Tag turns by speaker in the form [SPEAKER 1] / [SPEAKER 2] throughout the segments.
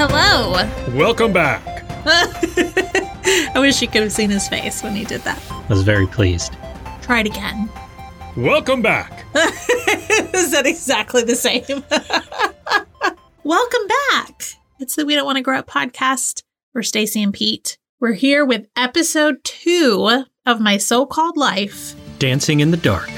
[SPEAKER 1] Hello.
[SPEAKER 2] Welcome back.
[SPEAKER 1] I wish you could have seen his face when he did that.
[SPEAKER 3] I was very pleased.
[SPEAKER 1] Try it again.
[SPEAKER 2] Welcome back.
[SPEAKER 1] Is that exactly the same? Welcome back. It's the We Don't Want to Grow Up podcast. We're Stacy and Pete. We're here with episode two of my so-called life.
[SPEAKER 3] Dancing in the dark.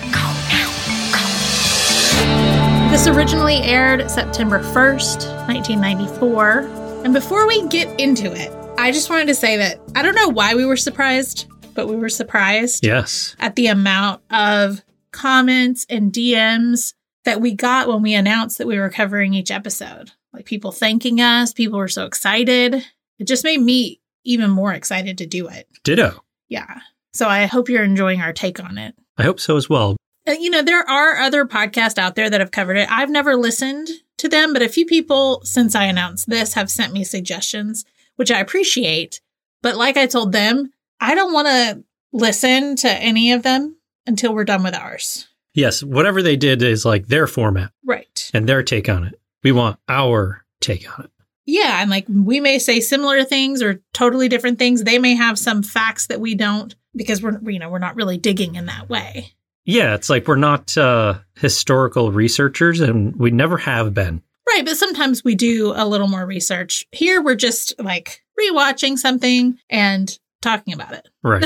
[SPEAKER 1] This originally aired September 1st, 1994. And before we get into it, I just wanted to say that I don't know why we were surprised, but we were surprised
[SPEAKER 3] Yes.
[SPEAKER 1] at the amount of comments and DMs that we got when we announced that we were covering each episode. Like people thanking us, people were so excited. It just made me even more excited to do it.
[SPEAKER 3] Ditto.
[SPEAKER 1] Yeah. So I hope you're enjoying our take on it.
[SPEAKER 3] I hope so as well.
[SPEAKER 1] Uh, you know, there are other podcasts out there that have covered it. I've never listened to them, but a few people since I announced this have sent me suggestions, which I appreciate. But like I told them, I don't want to listen to any of them until we're done with ours.
[SPEAKER 3] Yes, whatever they did is like their format
[SPEAKER 1] Right.
[SPEAKER 3] and their take on it. We want our take on it.
[SPEAKER 1] Yeah. And like we may say similar things or totally different things. They may have some facts that we don't because we're, you know, we're not really digging in that way.
[SPEAKER 3] Yeah, it's like we're not uh, historical researchers and we never have been.
[SPEAKER 1] Right, but sometimes we do a little more research. Here we're just like rewatching something and talking about it.
[SPEAKER 3] Right.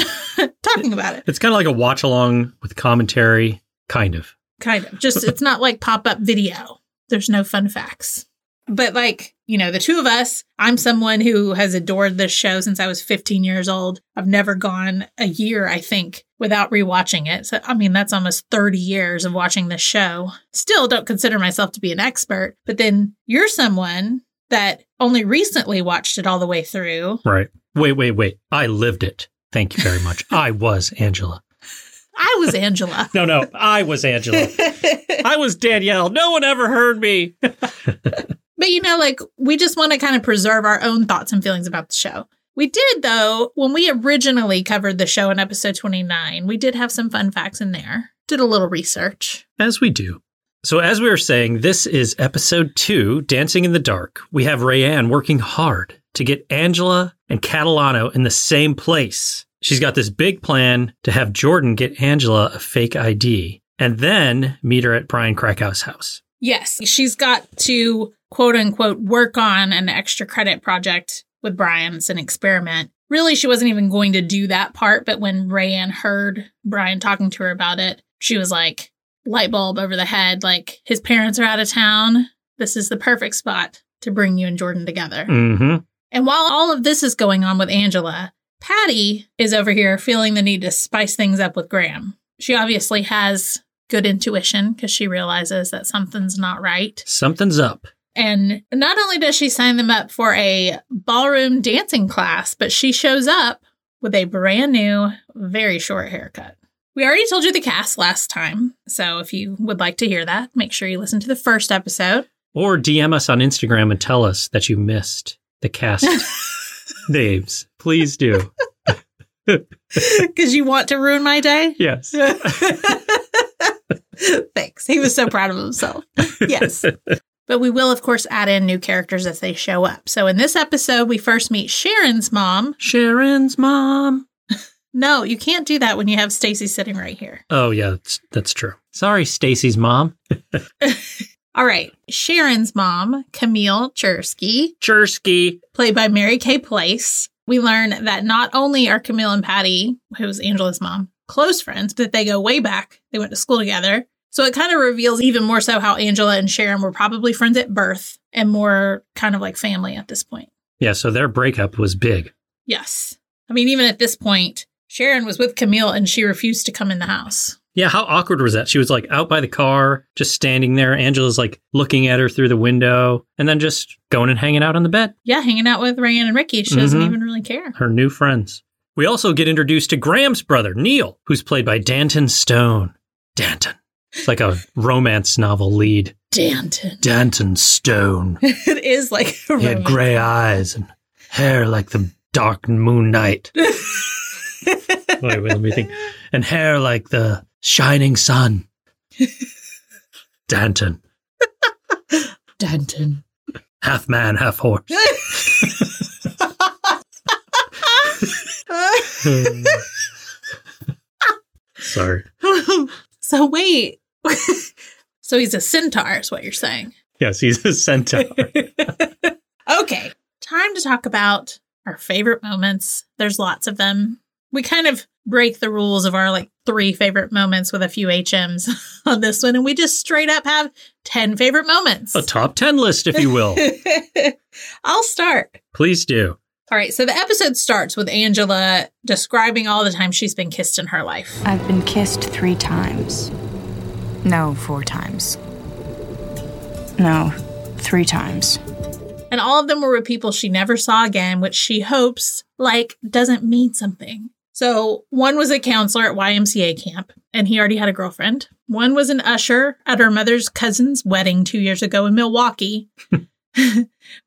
[SPEAKER 1] talking about it.
[SPEAKER 3] it's kind of like a watch along with commentary, kind of.
[SPEAKER 1] Kind of. Just it's not like pop-up video. There's no fun facts. But like, you know, the two of us, I'm someone who has adored this show since I was 15 years old. I've never gone a year, I think, without rewatching it. So I mean, that's almost 30 years of watching this show. Still don't consider myself to be an expert, but then you're someone that only recently watched it all the way through.
[SPEAKER 3] Right. Wait, wait, wait. I lived it. Thank you very much. I was Angela.
[SPEAKER 1] I was Angela.
[SPEAKER 3] No, no, I was Angela. I was Danielle. No one ever heard me.
[SPEAKER 1] But you know, like we just want to kind of preserve our own thoughts and feelings about the show. We did, though, when we originally covered the show in episode 29, we did have some fun facts in there, did a little research.
[SPEAKER 3] As we do. So, as we were saying, this is episode two, Dancing in the Dark. We have Rayanne working hard to get Angela and Catalano in the same place. She's got this big plan to have Jordan get Angela a fake ID and then meet her at Brian Krakow's house.
[SPEAKER 1] Yes, she's got to quote unquote work on an extra credit project with Brian. It's an experiment. Really, she wasn't even going to do that part, but when Rayanne heard Brian talking to her about it, she was like, light bulb over the head, like, his parents are out of town. This is the perfect spot to bring you and Jordan together.
[SPEAKER 3] Mm-hmm.
[SPEAKER 1] And while all of this is going on with Angela, Patty is over here feeling the need to spice things up with Graham. She obviously has good intuition because she realizes that something's not right.
[SPEAKER 3] Something's up.
[SPEAKER 1] And not only does she sign them up for a ballroom dancing class, but she shows up with a brand new, very short haircut. We already told you the cast last time. So if you would like to hear that, make sure you listen to the first episode.
[SPEAKER 3] Or DM us on Instagram and tell us that you missed the cast names. Please do.
[SPEAKER 1] Because you want to ruin my day?
[SPEAKER 3] Yes.
[SPEAKER 1] Thanks. He was so proud of himself. Yes. But we will, of course, add in new characters as they show up. So in this episode, we first meet Sharon's mom.
[SPEAKER 3] Sharon's mom.
[SPEAKER 1] No, you can't do that when you have Stacy sitting right here.
[SPEAKER 3] Oh yeah, that's, that's true. Sorry, Stacy's mom.
[SPEAKER 1] All right. Sharon's mom, Camille Chersky,
[SPEAKER 3] Chersky.
[SPEAKER 1] played by Mary Kay Place. We learn that not only are Camille and Patty, who's Angela's mom, close friends, but they go way back. They went to school together. So it kind of reveals even more so how Angela and Sharon were probably friends at birth and more kind of like family at this point.
[SPEAKER 3] Yeah, so their breakup was big.
[SPEAKER 1] Yes. I mean, even at this point, Sharon was with Camille and she refused to come in the house.
[SPEAKER 3] Yeah, how awkward was that? She was like out by the car, just standing there. Angela's like looking at her through the window and then just going and hanging out on the bed.
[SPEAKER 1] Yeah, hanging out with Rayanne and Ricky. She doesn't
[SPEAKER 3] Mhm.
[SPEAKER 1] even really care.
[SPEAKER 3] Her new friends. We also get introduced to Graham's brother, Neil, who's played by Danton Stone. Danton. It's like a romance novel lead.
[SPEAKER 1] Danton.
[SPEAKER 3] Danton Stone.
[SPEAKER 1] it is like a
[SPEAKER 3] He had
[SPEAKER 1] romance.
[SPEAKER 3] gray eyes and hair like the dark moon night. Wait, wait, let me think. And hair like the shining sun. Danton,
[SPEAKER 1] Danton.
[SPEAKER 3] half man, half horse. Sorry.
[SPEAKER 1] so wait. so he's a centaur, is what you're saying.
[SPEAKER 3] Yes, he's a centaur.
[SPEAKER 1] Okay. Time to talk about our favorite moments. There's lots of them. We kind of break the rules of our like three favorite moments with a few HMs on this one, and we just straight up have 10 favorite moments.
[SPEAKER 3] a top 10 list, if you will.
[SPEAKER 1] I'll start.
[SPEAKER 3] Please do.
[SPEAKER 1] All right, so the episode starts with Angela describing all the times she's been kissed in her life.
[SPEAKER 4] I've been kissed three times. No, four times. No, three times.
[SPEAKER 1] And all of them were with people she never saw again, which she hopes, like, doesn't mean something. So one was a counselor at YMCA camp, and he already had a girlfriend. One was an usher at her mother's cousin's wedding two years ago in Milwaukee.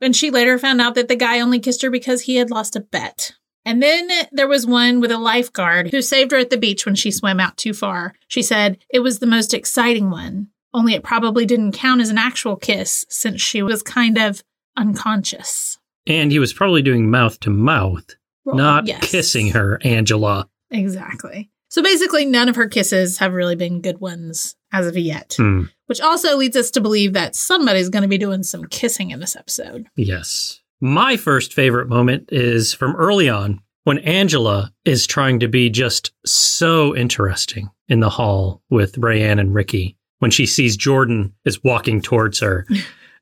[SPEAKER 1] and she later found out that the guy only kissed her because he had lost a bet. And then there was one with a lifeguard who saved her at the beach when she swam out too far. She said it was the most exciting one, only it probably didn't count as an actual kiss since she was kind of unconscious.
[SPEAKER 3] And he was probably doing mouth to mouth, not
[SPEAKER 1] Yes.
[SPEAKER 3] kissing her, Angela.
[SPEAKER 1] Exactly. So basically, none of her kisses have really been good ones as of yet,
[SPEAKER 3] Hmm.
[SPEAKER 1] which also leads us to believe that somebody's going to be doing some kissing in this episode.
[SPEAKER 3] Yes. My first favorite moment is from early on when Angela is trying to be just so interesting in the hall with Rayanne and Ricky when she sees Jordan is walking towards her.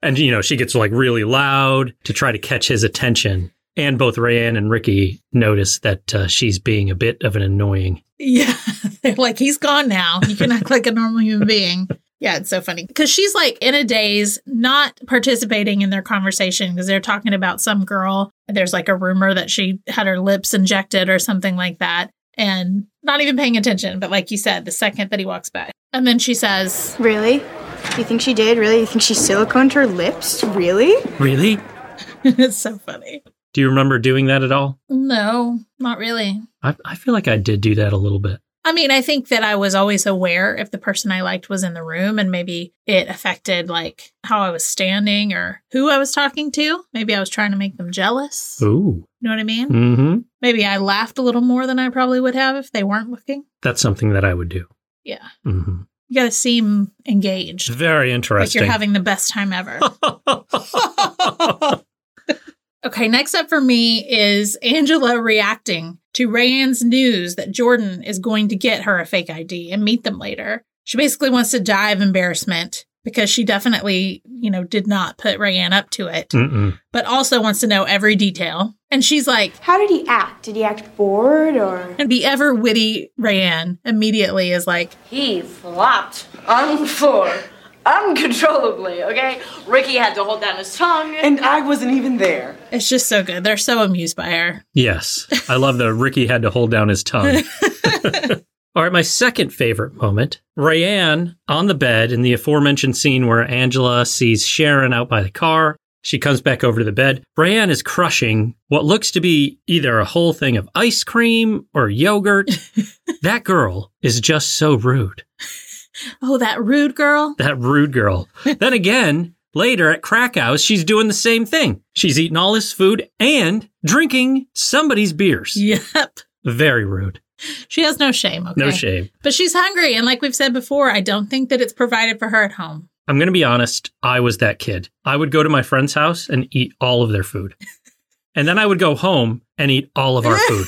[SPEAKER 3] and, you know, she gets like really loud to try to catch his attention. And both Rayanne and Ricky notice that uh, she's being a bit of an annoying.
[SPEAKER 1] Yeah. They're like, he's gone now. You can act like a normal human being. Yeah, it's so funny because she's like in a daze, not participating in their conversation because they're talking about some girl. And there's like a rumor that she had her lips injected or something like that, and not even paying attention. But like you said, the second that he walks by, and then she says,
[SPEAKER 5] Really? You think she did? Really? You think she siliconed her lips? Really?
[SPEAKER 3] Really?
[SPEAKER 1] it's so funny.
[SPEAKER 3] Do you remember doing that at all?
[SPEAKER 1] No, not really.
[SPEAKER 3] I, I feel like I did do that a little bit.
[SPEAKER 1] I mean, I think that I was always aware if the person I liked was in the room and maybe it affected like how I was standing or who I was talking to. Maybe I was trying to make them jealous. You
[SPEAKER 3] Ooh.
[SPEAKER 1] know what I mean?
[SPEAKER 3] Mm hmm.
[SPEAKER 1] Maybe I laughed a little more than I probably would have if they weren't looking.
[SPEAKER 3] That's something that I would do.
[SPEAKER 1] Yeah.
[SPEAKER 3] Mm-hmm.
[SPEAKER 1] You got to seem
[SPEAKER 3] It's
[SPEAKER 1] engaged.
[SPEAKER 3] very
[SPEAKER 1] Like
[SPEAKER 3] interesting.
[SPEAKER 1] you're having the best time ever. Okay, next up for me is Angela reacting to Rayanne's news that Jordan is going to get her a fake ID and meet them later. She basically wants to die of embarrassment because she definitely, you know, did not put Rayanne up to it,
[SPEAKER 3] Mm-mm.
[SPEAKER 1] but also wants to know every detail. And she's like,
[SPEAKER 5] How did he act? Did he act bored or?
[SPEAKER 1] and the ever witty Rayanne immediately is like,
[SPEAKER 6] He flopped on the floor uncontrollably, okay? Ricky had to hold down his tongue.
[SPEAKER 7] And I wasn't even there.
[SPEAKER 1] it's just so good. They're so amused by her.
[SPEAKER 3] Yes. I love that Ricky had to hold down his tongue. All right, my second favorite moment Rayanne on the bed in the aforementioned scene where Angela sees Sharon out by the car. She comes back over to the bed. Rayanne is crushing what looks to be either a whole thing of ice cream or yogurt. that girl is just so rude.
[SPEAKER 1] Oh, that rude girl.
[SPEAKER 3] that rude girl. then again, later at Krakow, she's doing the same thing. She's eating all this food and drinking somebody's beers.
[SPEAKER 1] Yep.
[SPEAKER 3] Very rude.
[SPEAKER 1] She has no shame. Okay?
[SPEAKER 3] No shame.
[SPEAKER 1] But she's hungry. And like we've said before, I don't think that it's provided for her at home.
[SPEAKER 3] I'm going to be honest. I was that kid. I would go to my friend's house and eat all of their food. and then I would go home and eat all of our food.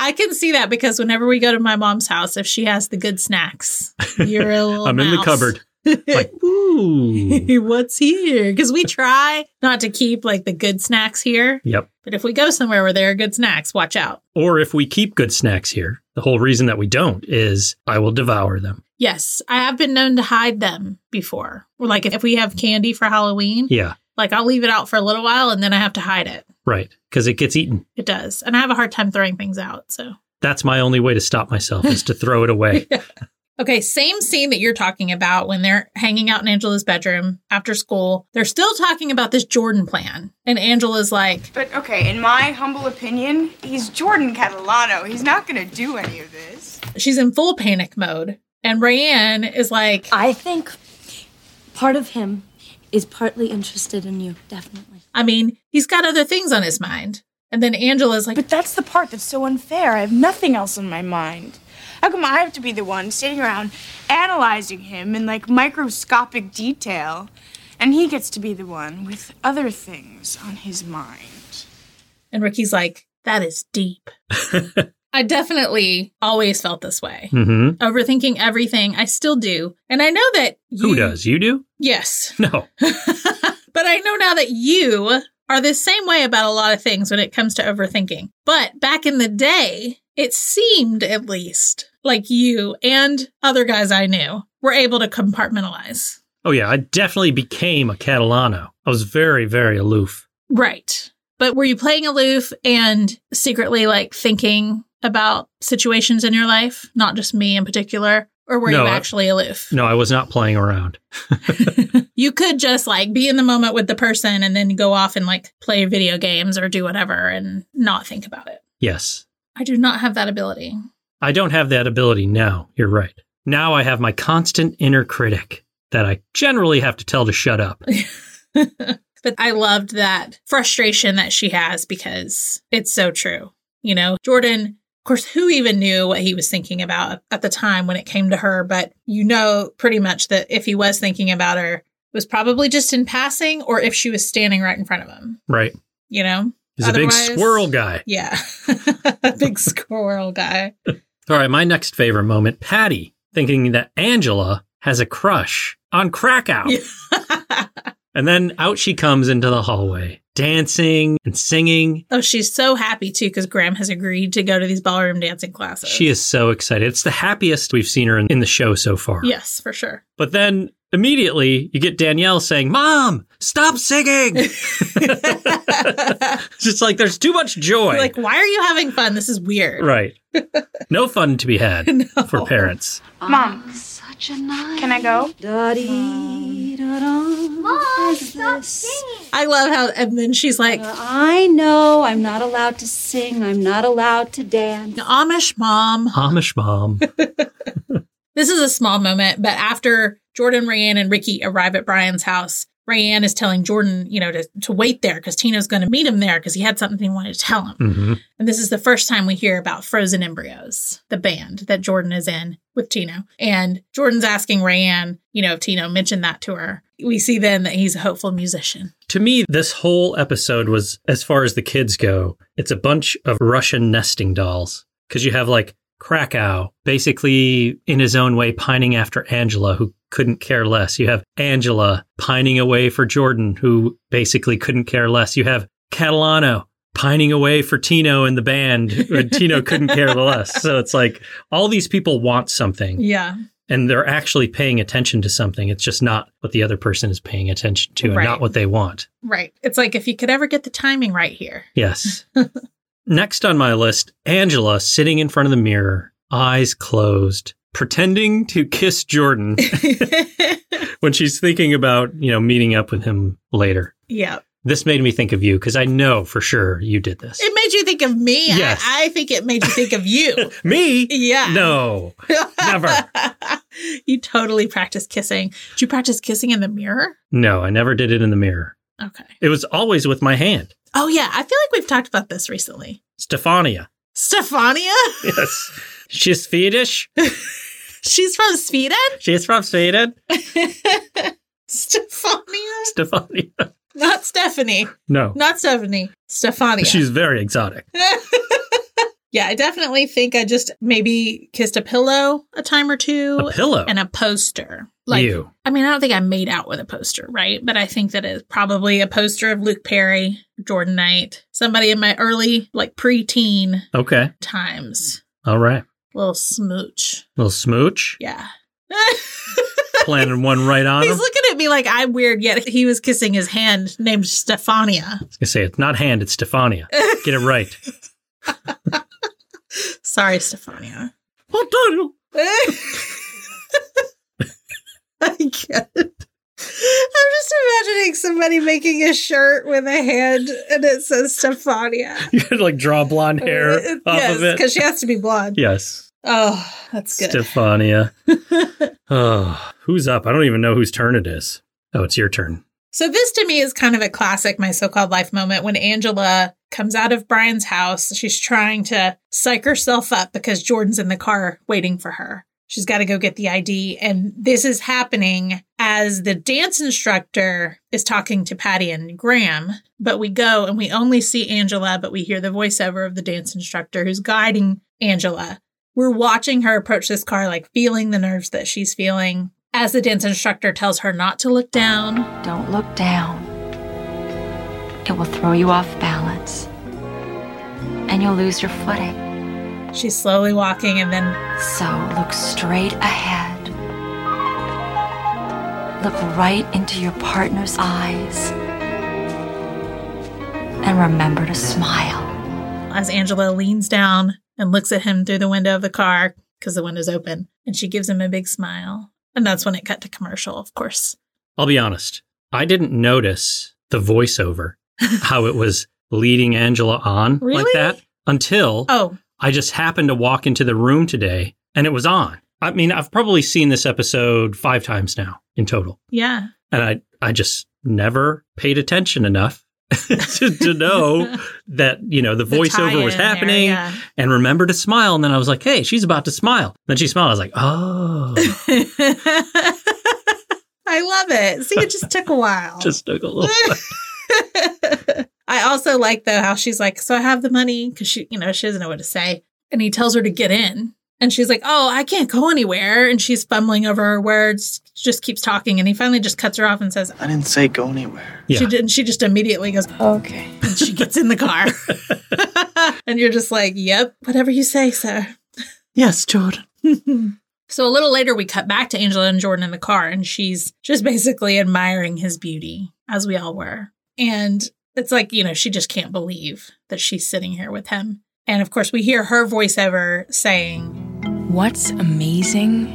[SPEAKER 1] I can see that because whenever we go to my mom's house, if she has the good snacks, you're a little
[SPEAKER 3] I'm in the
[SPEAKER 1] mouse.
[SPEAKER 3] cupboard. Like, ooh.
[SPEAKER 1] What's here? Because we try not to keep like the good snacks here,
[SPEAKER 3] yep.
[SPEAKER 1] but if we go somewhere where there are good snacks, watch out.
[SPEAKER 3] Or if we keep good snacks here, the whole reason that we don't is I will devour them.
[SPEAKER 1] Yes, I have been known to hide them before. Or, Like if we have candy for Halloween,
[SPEAKER 3] Yeah.
[SPEAKER 1] like I'll leave it out for a little while and then I have to hide it.
[SPEAKER 3] Right. Because it gets eaten.
[SPEAKER 1] It does, and I have a hard time throwing things out. So
[SPEAKER 3] that's my only way to stop myself is to throw it away.
[SPEAKER 1] Okay, same scene that you're talking about when they're hanging out in Angela's bedroom after school. They're still talking about this Jordan plan. And Angela's like,
[SPEAKER 5] But okay, in my humble opinion, he's Jordan Catalano. He's not gonna do any of this.
[SPEAKER 1] she's in full panic mode. And Rayanne is like,
[SPEAKER 7] I think part of him is partly interested in you, definitely.
[SPEAKER 1] I mean, he's got other things on his mind. And then Angela's like,
[SPEAKER 5] But that's the part that's so unfair. I have nothing else on my mind. How come I have to be the one sitting around analyzing him in like microscopic detail? And he gets to be the one with other things on his mind.
[SPEAKER 1] and Ricky's like, that is deep. I definitely always felt this way.
[SPEAKER 3] hmm
[SPEAKER 1] Overthinking everything. I still do. And I know that you
[SPEAKER 3] Who does? You do?
[SPEAKER 1] Yes.
[SPEAKER 3] No.
[SPEAKER 1] But I know now that you are the same way about a lot of things when it comes to overthinking. But back in the day, it seemed at least like you and other guys I knew were able to compartmentalize.
[SPEAKER 3] Oh, yeah. I definitely became a Catalano. I was very, very aloof.
[SPEAKER 1] Right. But were you playing aloof and secretly like thinking about situations in your life, not just me in particular? Or were
[SPEAKER 3] No,
[SPEAKER 1] you
[SPEAKER 3] I-
[SPEAKER 1] actually aloof?
[SPEAKER 3] No, I was not playing around.
[SPEAKER 1] You could just like be in the moment with the person and then go off and like play video games or do whatever and not think about it.
[SPEAKER 3] Yes.
[SPEAKER 1] I do not have that ability.
[SPEAKER 3] I don't have that ability now. You're right. Now I have my constant inner critic that I generally have to tell to shut up.
[SPEAKER 1] But I loved that frustration that she has because it's so true. You know, Jordan, of course, who even knew what he was thinking about at the time when it came to her? But you know pretty much that if he was thinking about her, it was probably just in passing or if she was standing right in front of him,
[SPEAKER 3] Right.
[SPEAKER 1] you know?
[SPEAKER 3] He's a big
[SPEAKER 1] Otherwise-
[SPEAKER 3] squirrel guy.
[SPEAKER 1] Yeah. A big squirrel guy.
[SPEAKER 3] All right. My next favorite moment Patty thinking that Angela has a crush on Krakow. And then out she comes into the hallway, dancing and singing.
[SPEAKER 1] oh, she's so happy too because Graham has agreed to go to these ballroom dancing classes.
[SPEAKER 3] She is so excited. It's the happiest we've seen her in, in the show so far.
[SPEAKER 1] Yes, for sure.
[SPEAKER 3] But then immediately you get Danielle saying, Mom, stop singing. it's just like there's too much joy.
[SPEAKER 1] Like, why are you having fun? This is weird.
[SPEAKER 3] right. No fun to be had for parents.
[SPEAKER 5] Mom,
[SPEAKER 7] Such a nice.
[SPEAKER 5] can I go?
[SPEAKER 7] Mom, stop
[SPEAKER 1] I love how, and then she's like,
[SPEAKER 6] Uh,
[SPEAKER 7] I know I'm not allowed to sing. I'm not allowed to dance.
[SPEAKER 1] Amish mom.
[SPEAKER 3] Amish mom.
[SPEAKER 1] This is a small moment, but after Jordan, Rayanne, and Ricky arrive at Brian's house, Rayanne is telling Jordan, you know, to, to wait there because Tino's going to meet him there because he had something he wanted to tell him.
[SPEAKER 3] hmm
[SPEAKER 1] And this is the first time we hear about Frozen Embryos, the band that Jordan is in with Tino. And Jordan's asking Rayanne, you know, if Tino mentioned that to her. We see then that he's a hopeful musician.
[SPEAKER 3] To me, this whole episode was, as far as the kids go, it's a bunch of Russian nesting dolls. Because you have like Krakow, basically in his own way, pining after Angela, who couldn't care less. You have Angela pining away for Jordan, who basically couldn't care less. You have Catalano pining away for Tino and the band, and Tino couldn't care less. So it's like all these people want something
[SPEAKER 1] Yeah.
[SPEAKER 3] and they're actually paying attention to something. It's just not what the other person is paying attention to and
[SPEAKER 1] Right.
[SPEAKER 3] not what they want.
[SPEAKER 1] Right. It's like if you could ever get the timing right here.
[SPEAKER 3] Yes. Next on my list, Angela sitting in front of the mirror, eyes closed, pretending to kiss Jordan when she's thinking about, you know, meeting up with him later.
[SPEAKER 1] yeah.
[SPEAKER 3] This made me think of you because I know for sure you did this.
[SPEAKER 1] It made you think of me. I-
[SPEAKER 3] Yes.
[SPEAKER 1] I, think it made you think of you.
[SPEAKER 3] me?
[SPEAKER 1] Yeah.
[SPEAKER 3] No, never.
[SPEAKER 1] you totally practice kissing. Did you practice kissing in the mirror?
[SPEAKER 3] No, I never did it in the mirror.
[SPEAKER 1] Okay.
[SPEAKER 3] It was always with my hand.
[SPEAKER 1] Oh, yeah. I feel like we've talked about this recently.
[SPEAKER 3] Stefania.
[SPEAKER 1] Stefania?
[SPEAKER 3] Yes. She's Swedish.
[SPEAKER 1] She's from Sweden?
[SPEAKER 3] She's from Sweden.
[SPEAKER 1] Stefania?
[SPEAKER 3] Stefania.
[SPEAKER 1] Not Stephanie.
[SPEAKER 3] No.
[SPEAKER 1] Not Stephanie. Stefania.
[SPEAKER 3] She's very exotic.
[SPEAKER 1] yeah, I definitely think I just maybe kissed a pillow a time or two
[SPEAKER 3] A pillow.
[SPEAKER 1] and a poster.
[SPEAKER 3] Ew.
[SPEAKER 1] I mean, I don't think I made out with a poster, right? But I think that it's probably a poster of Luke Perry, Jordan Knight, somebody in my early, like preteen
[SPEAKER 3] Okay.
[SPEAKER 1] times.
[SPEAKER 3] All right.
[SPEAKER 1] Little smooch.
[SPEAKER 3] Little smooch.
[SPEAKER 1] Yeah.
[SPEAKER 3] Planted one right on him.
[SPEAKER 1] He's looking at me like I'm weird, yet he was kissing his hand named Stefania.
[SPEAKER 3] I was going to say, it's not hand, it's Stefania. Get it right.
[SPEAKER 1] Sorry, Stefania.
[SPEAKER 3] What do you?
[SPEAKER 1] I get it. I'm just imagining somebody making a shirt with a hand and it says Stefania.
[SPEAKER 3] You could like draw blonde hair
[SPEAKER 1] Uh, It-
[SPEAKER 3] off
[SPEAKER 1] yes,
[SPEAKER 3] of it.
[SPEAKER 1] because she has to be blonde.
[SPEAKER 3] yes.
[SPEAKER 1] Oh, that's good.
[SPEAKER 3] Stefania. oh, who's up? I don't even know whose turn it is. Oh, it's your turn.
[SPEAKER 1] So this to me is kind of a classic my so-called life moment when Angela comes out of Brian's house. She's trying to psych herself up because Jordan's in the car waiting for her. She's got to go get the ID and this is happening as the dance instructor is talking to Patty and Graham, but we go and we only see Angela, but we hear the voiceover of the dance instructor who's guiding Angela. We're watching her approach this car, like feeling the nerves that she's feeling as the dance instructor tells her not to look down.
[SPEAKER 4] Don't look down. It will throw you off balance. And you'll lose your footing.
[SPEAKER 1] She's slowly walking and then
[SPEAKER 4] So look straight ahead. Look right into your partner's eyes. And remember to smile.
[SPEAKER 1] as Angela leans down and looks at him through the window of the car because the window's open and she gives him a big smile. And that's when it cut to commercial, of course.
[SPEAKER 3] I'll be honest. I didn't notice the voiceover, how it was leading Angela on
[SPEAKER 1] Really?
[SPEAKER 3] like that until
[SPEAKER 1] Oh,
[SPEAKER 3] I just happened to walk into the room today and it was on. I mean, I've probably seen this episode five times now in total.
[SPEAKER 1] yeah.
[SPEAKER 3] And I, I just never paid attention enough to, to know that, you know, the
[SPEAKER 1] The
[SPEAKER 3] voiceover was
[SPEAKER 1] tie-in there,
[SPEAKER 3] happening
[SPEAKER 1] yeah.
[SPEAKER 3] and remember to smile. And then I was like, hey, she's about to smile. Then she smiled. I was like, oh,
[SPEAKER 1] I love it. See, it just took a while.
[SPEAKER 3] just took a little.
[SPEAKER 1] I also like though how she's like, so I have the money because she, you know, she doesn't know what to say, and he tells her to get in, and she's like, oh, I can't go anywhere, and she's fumbling over her words, just keeps talking, and he finally just cuts her off and says,
[SPEAKER 8] I didn't say go anywhere.
[SPEAKER 3] Yeah.
[SPEAKER 1] she didn't. She just immediately goes,
[SPEAKER 5] Okay.
[SPEAKER 1] and she gets in the car, and you're just like, yep, whatever you say, sir.
[SPEAKER 8] Yes, Jordan.
[SPEAKER 1] So a little later, we cut back to Angela and Jordan in the car, and she's just basically admiring his beauty, as we all were. And it's like, you know, she just can't believe that she's sitting here with him. And of course, we hear her voiceover saying,
[SPEAKER 5] What's amazing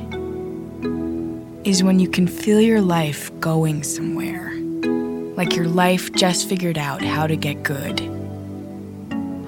[SPEAKER 5] is when you can feel your life going somewhere. Like your life just figured out how to get good.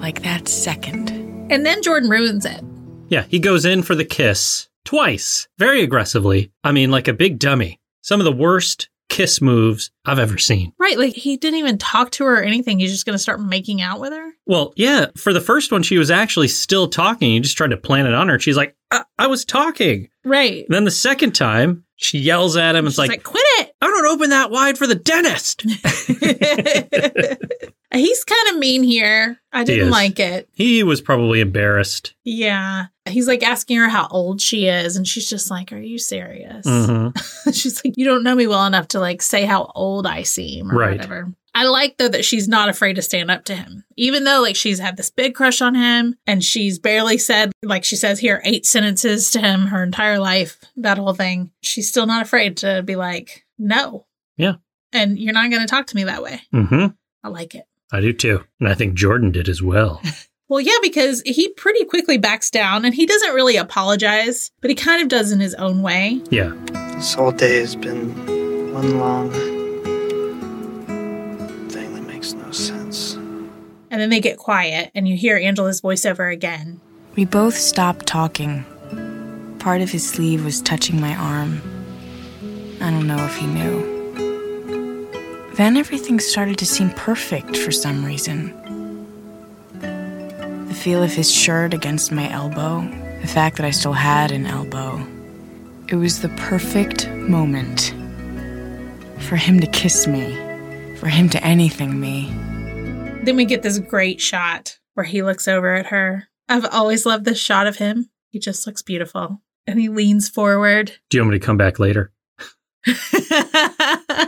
[SPEAKER 5] Like that second.
[SPEAKER 1] and then Jordan ruins it.
[SPEAKER 3] Yeah, he goes in for the kiss twice, very aggressively. I mean, like a big dummy. Some of the worst kiss moves I've ever seen.
[SPEAKER 1] Right. Like he didn't even talk to her or anything. He's just going to start making out with her.
[SPEAKER 3] Well, yeah, for the first one, she was actually still talking. He just tried to plant it on her. She's like, I, I was talking.
[SPEAKER 1] Right.
[SPEAKER 3] And then the second time, she yells at him. It's
[SPEAKER 1] She's
[SPEAKER 3] like,
[SPEAKER 1] like, quit
[SPEAKER 3] I don't open that wide for the dentist.
[SPEAKER 1] it. He's kind of mean here. I didn't
[SPEAKER 3] is.
[SPEAKER 1] like it.
[SPEAKER 3] he was probably embarrassed.
[SPEAKER 1] Yeah. He's like asking her how old she is, and she's just like, Are you serious?
[SPEAKER 3] Mhm.
[SPEAKER 1] she's like, You don't know me well enough to like say how old I seem or
[SPEAKER 3] Right.
[SPEAKER 1] whatever. I like though that she's not afraid to stand up to him. Even though like she's had this big crush on him and she's barely said like she says here eight sentences to him her entire life, that whole thing. She's still not afraid to be like, No.
[SPEAKER 3] Yeah.
[SPEAKER 1] And you're not gonna talk to me that way.
[SPEAKER 3] Mhm.
[SPEAKER 1] I like it.
[SPEAKER 3] I do too. And I think Jordan did as well.
[SPEAKER 1] Well, yeah, because he pretty quickly backs down and he doesn't really apologize, but he kind of does in his own way.
[SPEAKER 3] yeah.
[SPEAKER 8] This whole day has been one long thing that makes no sense.
[SPEAKER 1] And then they get quiet and you hear Angela's voiceover again.
[SPEAKER 5] We both stopped talking. Part of his sleeve was touching my arm. I don't know if he knew. Then everything started to seem perfect for some reason. The feel of his shirt against my elbow, the fact that I still had an elbow. It was the perfect moment for him to kiss me, for him to anything me.
[SPEAKER 1] Then we get this great shot where he looks over at her. I've always loved this shot of him. He just looks beautiful. And he leans forward.
[SPEAKER 3] Do you want me to come back later?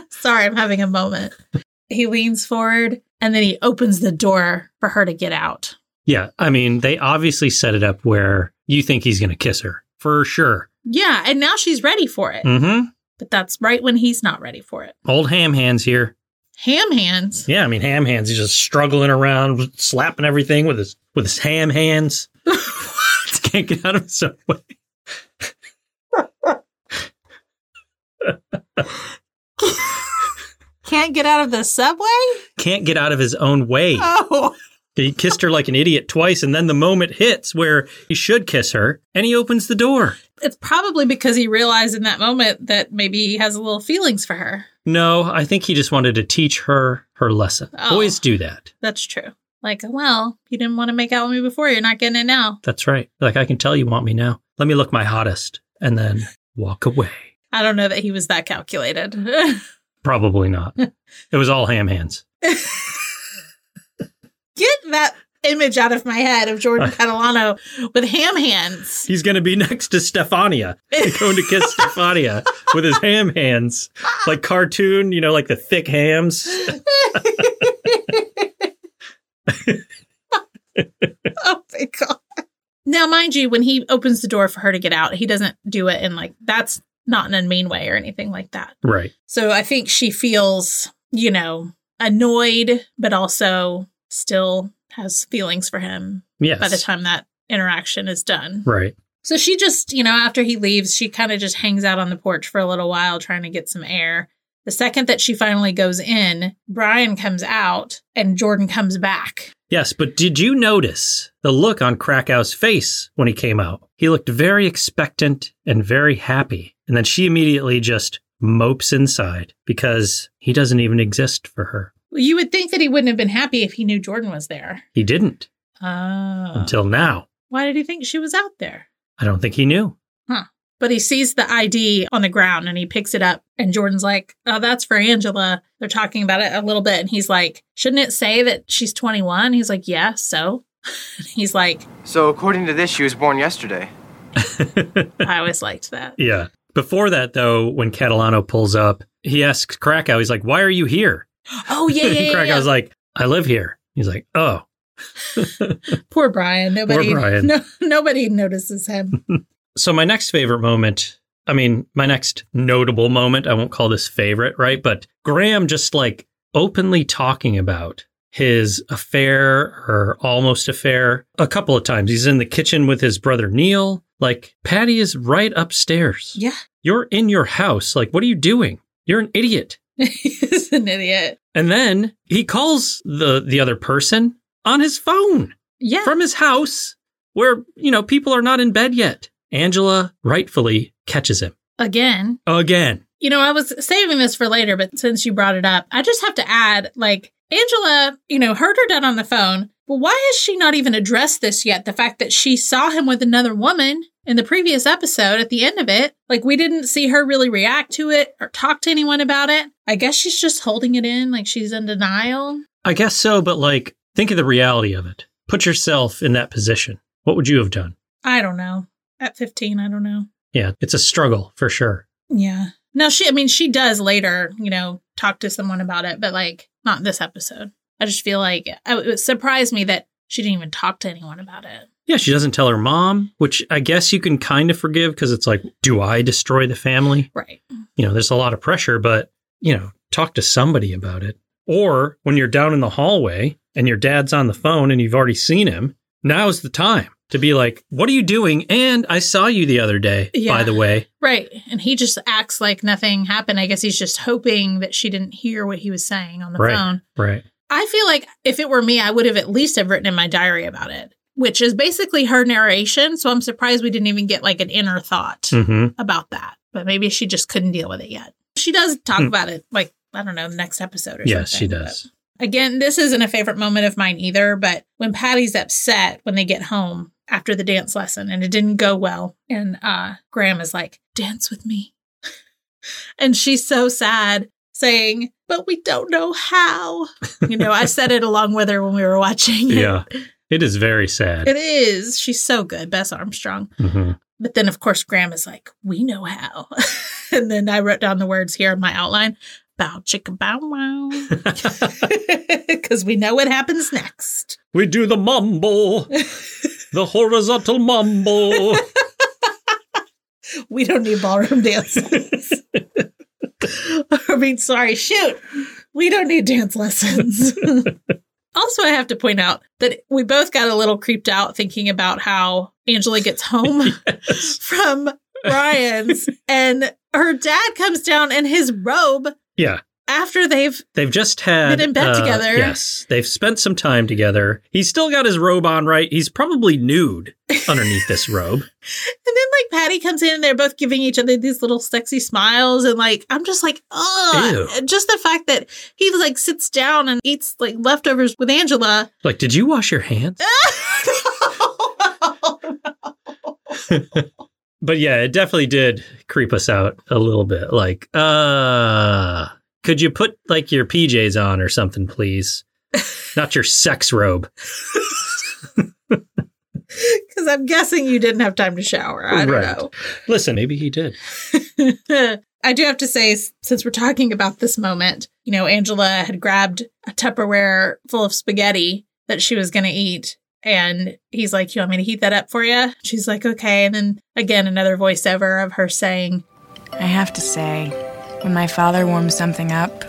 [SPEAKER 1] Sorry, I'm having a moment. He leans forward and then he opens the door for her to get out.
[SPEAKER 3] Yeah. I mean, they obviously set it up where you think he's going to kiss her for sure.
[SPEAKER 1] Yeah, and now she's ready for it.
[SPEAKER 3] Mm hmm.
[SPEAKER 1] But that's right when he's not ready for it.
[SPEAKER 3] Old ham hands here.
[SPEAKER 1] Ham hands.
[SPEAKER 3] Yeah, I mean ham hands. He's just struggling around, slapping everything with his with his ham hands. Can't get out of his own way.
[SPEAKER 1] Can't get out of the subway?
[SPEAKER 3] Can't get out of his own way.
[SPEAKER 1] Oh.
[SPEAKER 3] He kissed her like an idiot twice, and then the moment hits where he should kiss her, and he opens the door.
[SPEAKER 1] It's probably because he realized in that moment that maybe he has a little feelings for her.
[SPEAKER 3] No, I think he just wanted to teach her her lesson.
[SPEAKER 1] Oh.
[SPEAKER 3] Boys do that.
[SPEAKER 1] That's true. Like, well, you didn't want to make out with me before. You're not getting it now.
[SPEAKER 3] That's right. Like, I can tell you want me now. Let me look my hottest, and then walk away.
[SPEAKER 1] I don't know that he was that calculated.
[SPEAKER 3] Probably not. it was all ham hands.
[SPEAKER 1] Get that image out of my head of Jordan Catalano with ham hands.
[SPEAKER 3] He's going to be next to Stefania, going to kiss Stefania with his ham hands, like cartoon, you know, like the thick hams.
[SPEAKER 1] Oh my god. Now, mind you, when he opens the door for her to get out, he doesn't do it in like that's not in a mean way or anything like that.
[SPEAKER 3] Right.
[SPEAKER 1] So I think she feels, you know, annoyed, but also still has feelings for him
[SPEAKER 3] Yes.
[SPEAKER 1] by the time that interaction is done.
[SPEAKER 3] Right.
[SPEAKER 1] So she just, you know, after he leaves, she kind of just hangs out on the porch for a little while trying to get some air. The second that she finally goes in, Brian comes out and Jordan comes back.
[SPEAKER 3] Yes, but did you notice the look on Krakow's face when he came out? He looked very expectant and very happy. And then she immediately just mopes inside because he doesn't even exist for her.
[SPEAKER 1] You would think that he wouldn't have been happy if he knew Jordan was there.
[SPEAKER 3] He didn't
[SPEAKER 1] Oh.
[SPEAKER 3] until now.
[SPEAKER 1] Why did he think she was out there?
[SPEAKER 3] I don't think he knew.
[SPEAKER 1] But he sees the ID on the ground and he picks it up. And Jordan's like, Oh, that's for Angela. They're talking about it a little bit. And he's like, Shouldn't it say that she's 21? He's like, Yeah, so. he's like,
[SPEAKER 9] So, according to this, she was born yesterday.
[SPEAKER 1] I always liked that.
[SPEAKER 3] Yeah. Before that, though, when Catalano pulls up, he asks Krakow, he's like, Why are you here?
[SPEAKER 1] Oh, yeah, yeah,
[SPEAKER 3] and
[SPEAKER 1] yeah.
[SPEAKER 3] Krakow's
[SPEAKER 1] yeah.
[SPEAKER 3] like, I live here. He's like, Oh,
[SPEAKER 1] Poor Brian. Nobody,
[SPEAKER 3] Brian.
[SPEAKER 1] No, nobody notices him.
[SPEAKER 3] So my next favorite moment, I mean, my next notable moment, I won't call this favorite, right? But Graham just like openly talking about his affair or almost affair a couple of times. He's in the kitchen with his brother Neil. Like, Patty is right upstairs.
[SPEAKER 1] yeah,
[SPEAKER 3] You're in your house. Like, what are you doing? You're an idiot.
[SPEAKER 1] he's an idiot.
[SPEAKER 3] And then he calls the the other person on his phone
[SPEAKER 1] Yeah,
[SPEAKER 3] from his house where, you know, people are not in bed yet. Angela rightfully catches him
[SPEAKER 1] again.
[SPEAKER 3] again.
[SPEAKER 1] You know, I was saving this for later, but since you brought it up, I just have to add like, Angela, you know, heard her dad on the phone. Well, why has she not even addressed this yet? The fact that she saw him with another woman in the previous episode at the end of it. Like, we didn't see her really react to it or talk to anyone about it. I guess she's just holding it in, like she's in denial.
[SPEAKER 3] I guess so, but like, think of the reality of it. Put yourself in that position. What would you have done?
[SPEAKER 1] I don't know. At 15, I don't know.
[SPEAKER 3] Yeah, it's a struggle for sure.
[SPEAKER 1] Yeah. No, she, I mean, she does later, you know, talk to someone about it, but like not this episode. I just feel like I- it surprised me that she didn't even talk to anyone about it.
[SPEAKER 3] Yeah, she doesn't tell her mom, which I guess you can kind of forgive because it's like, do I destroy the family?
[SPEAKER 1] Right.
[SPEAKER 3] You know, there's a lot of pressure, but, you know, talk to somebody about it. Or when you're down in the hallway and your dad's on the phone and you've already seen him, now's the time to be like, what are you doing? And I saw you the other day, by
[SPEAKER 1] Yeah.
[SPEAKER 3] the way.
[SPEAKER 1] Right. And he just acts like nothing happened. I guess he's just hoping that she didn't hear what he was saying on the
[SPEAKER 3] Right.
[SPEAKER 1] phone.
[SPEAKER 3] Right.
[SPEAKER 1] I feel like if it were me, I would have at least have written in my diary about it, which is basically her narration. So I'm surprised we didn't even get like an inner thought.
[SPEAKER 3] hmm
[SPEAKER 1] about that, but maybe she just couldn't deal with it yet. She does talk
[SPEAKER 3] Hmm.
[SPEAKER 1] about it, like, I don't know, the next episode or
[SPEAKER 3] Yes, she
[SPEAKER 1] something. but-
[SPEAKER 3] does.
[SPEAKER 1] Again, this isn't a favorite moment of mine either, but when Patty's upset when they get home after the dance lesson and it didn't go well, and uh, Graham is like, dance with me. and she's so sad, saying, but we don't know how. You know, I said it along with her when we were watching. it.
[SPEAKER 3] Yeah. It is very sad.
[SPEAKER 1] It is. She's so good, Bess Armstrong.
[SPEAKER 3] hmm
[SPEAKER 1] But then, of course, Graham is like, we know how. and then I wrote down the words here in my outline bow chicka bow wow. Because we know what happens next.
[SPEAKER 3] We do the mumble, the horizontal mumble.
[SPEAKER 1] We don't need ballroom dance lessons. I mean, sorry, shoot. We don't need dance lessons. also, I have to point out that we both got a little creeped out thinking about how Angela gets home from Ryan's. and her dad comes down in his robe
[SPEAKER 3] Yeah.
[SPEAKER 1] after they've
[SPEAKER 3] They've just had uh,
[SPEAKER 1] Been in bed together.
[SPEAKER 3] Yes, they've spent some time together. He's still got his robe on, right? He's probably nude underneath this robe.
[SPEAKER 1] and then like Patty comes in and they're both giving each other these little sexy smiles and like I'm just like, ugh.
[SPEAKER 3] Ew.
[SPEAKER 1] Just the fact that he like sits down and eats like leftovers with Angela.
[SPEAKER 3] Like, did you wash your hands? But yeah, it definitely did creep us out a little bit. Like, uh, could you put like your PJs on or something, please? Not your sex robe.
[SPEAKER 1] Because I'm guessing you didn't have time to shower. I don't
[SPEAKER 3] Right.
[SPEAKER 1] know.
[SPEAKER 3] Listen, maybe he did.
[SPEAKER 1] I do have to say, s- since we're talking about this moment, you know, Angela had grabbed a Tupperware full of spaghetti that she was going to eat. And he's like, You want me to heat that up for you? She's like, Okay. And then again, another voiceover of her saying,
[SPEAKER 4] I have to say, when my father warms something up,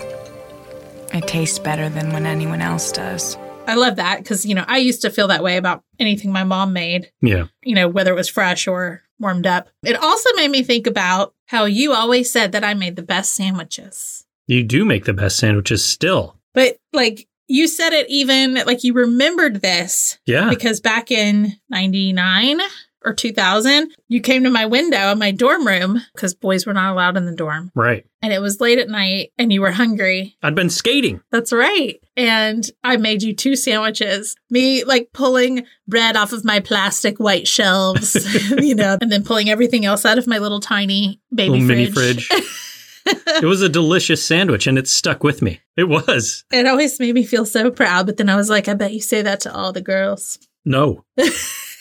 [SPEAKER 4] it tastes better than when anyone else does.
[SPEAKER 1] I love that because, you know, I used to feel that way about anything my mom made,
[SPEAKER 3] Yeah.
[SPEAKER 1] you know, whether it was fresh or warmed up. It also made me think about how you always said that I made the best sandwiches.
[SPEAKER 3] You do make the best sandwiches still.
[SPEAKER 1] But like you said it even like you remembered this
[SPEAKER 3] Yeah.
[SPEAKER 1] because back in 99 or 2000, you came to my window in my dorm room because boys were not allowed in the dorm.
[SPEAKER 3] Right.
[SPEAKER 1] And it was late at night and you were hungry.
[SPEAKER 3] I'd been skating.
[SPEAKER 1] That's right. And I made you two sandwiches. Me like pulling bread off of my plastic white shelves, you know, and then pulling everything else out of my little tiny baby
[SPEAKER 3] little mini
[SPEAKER 1] fridge.
[SPEAKER 3] fridge. it was a delicious sandwich and it stuck with me. It was.
[SPEAKER 1] It always made me feel so proud. But then I was like, I bet you say that to all the girls.
[SPEAKER 3] No.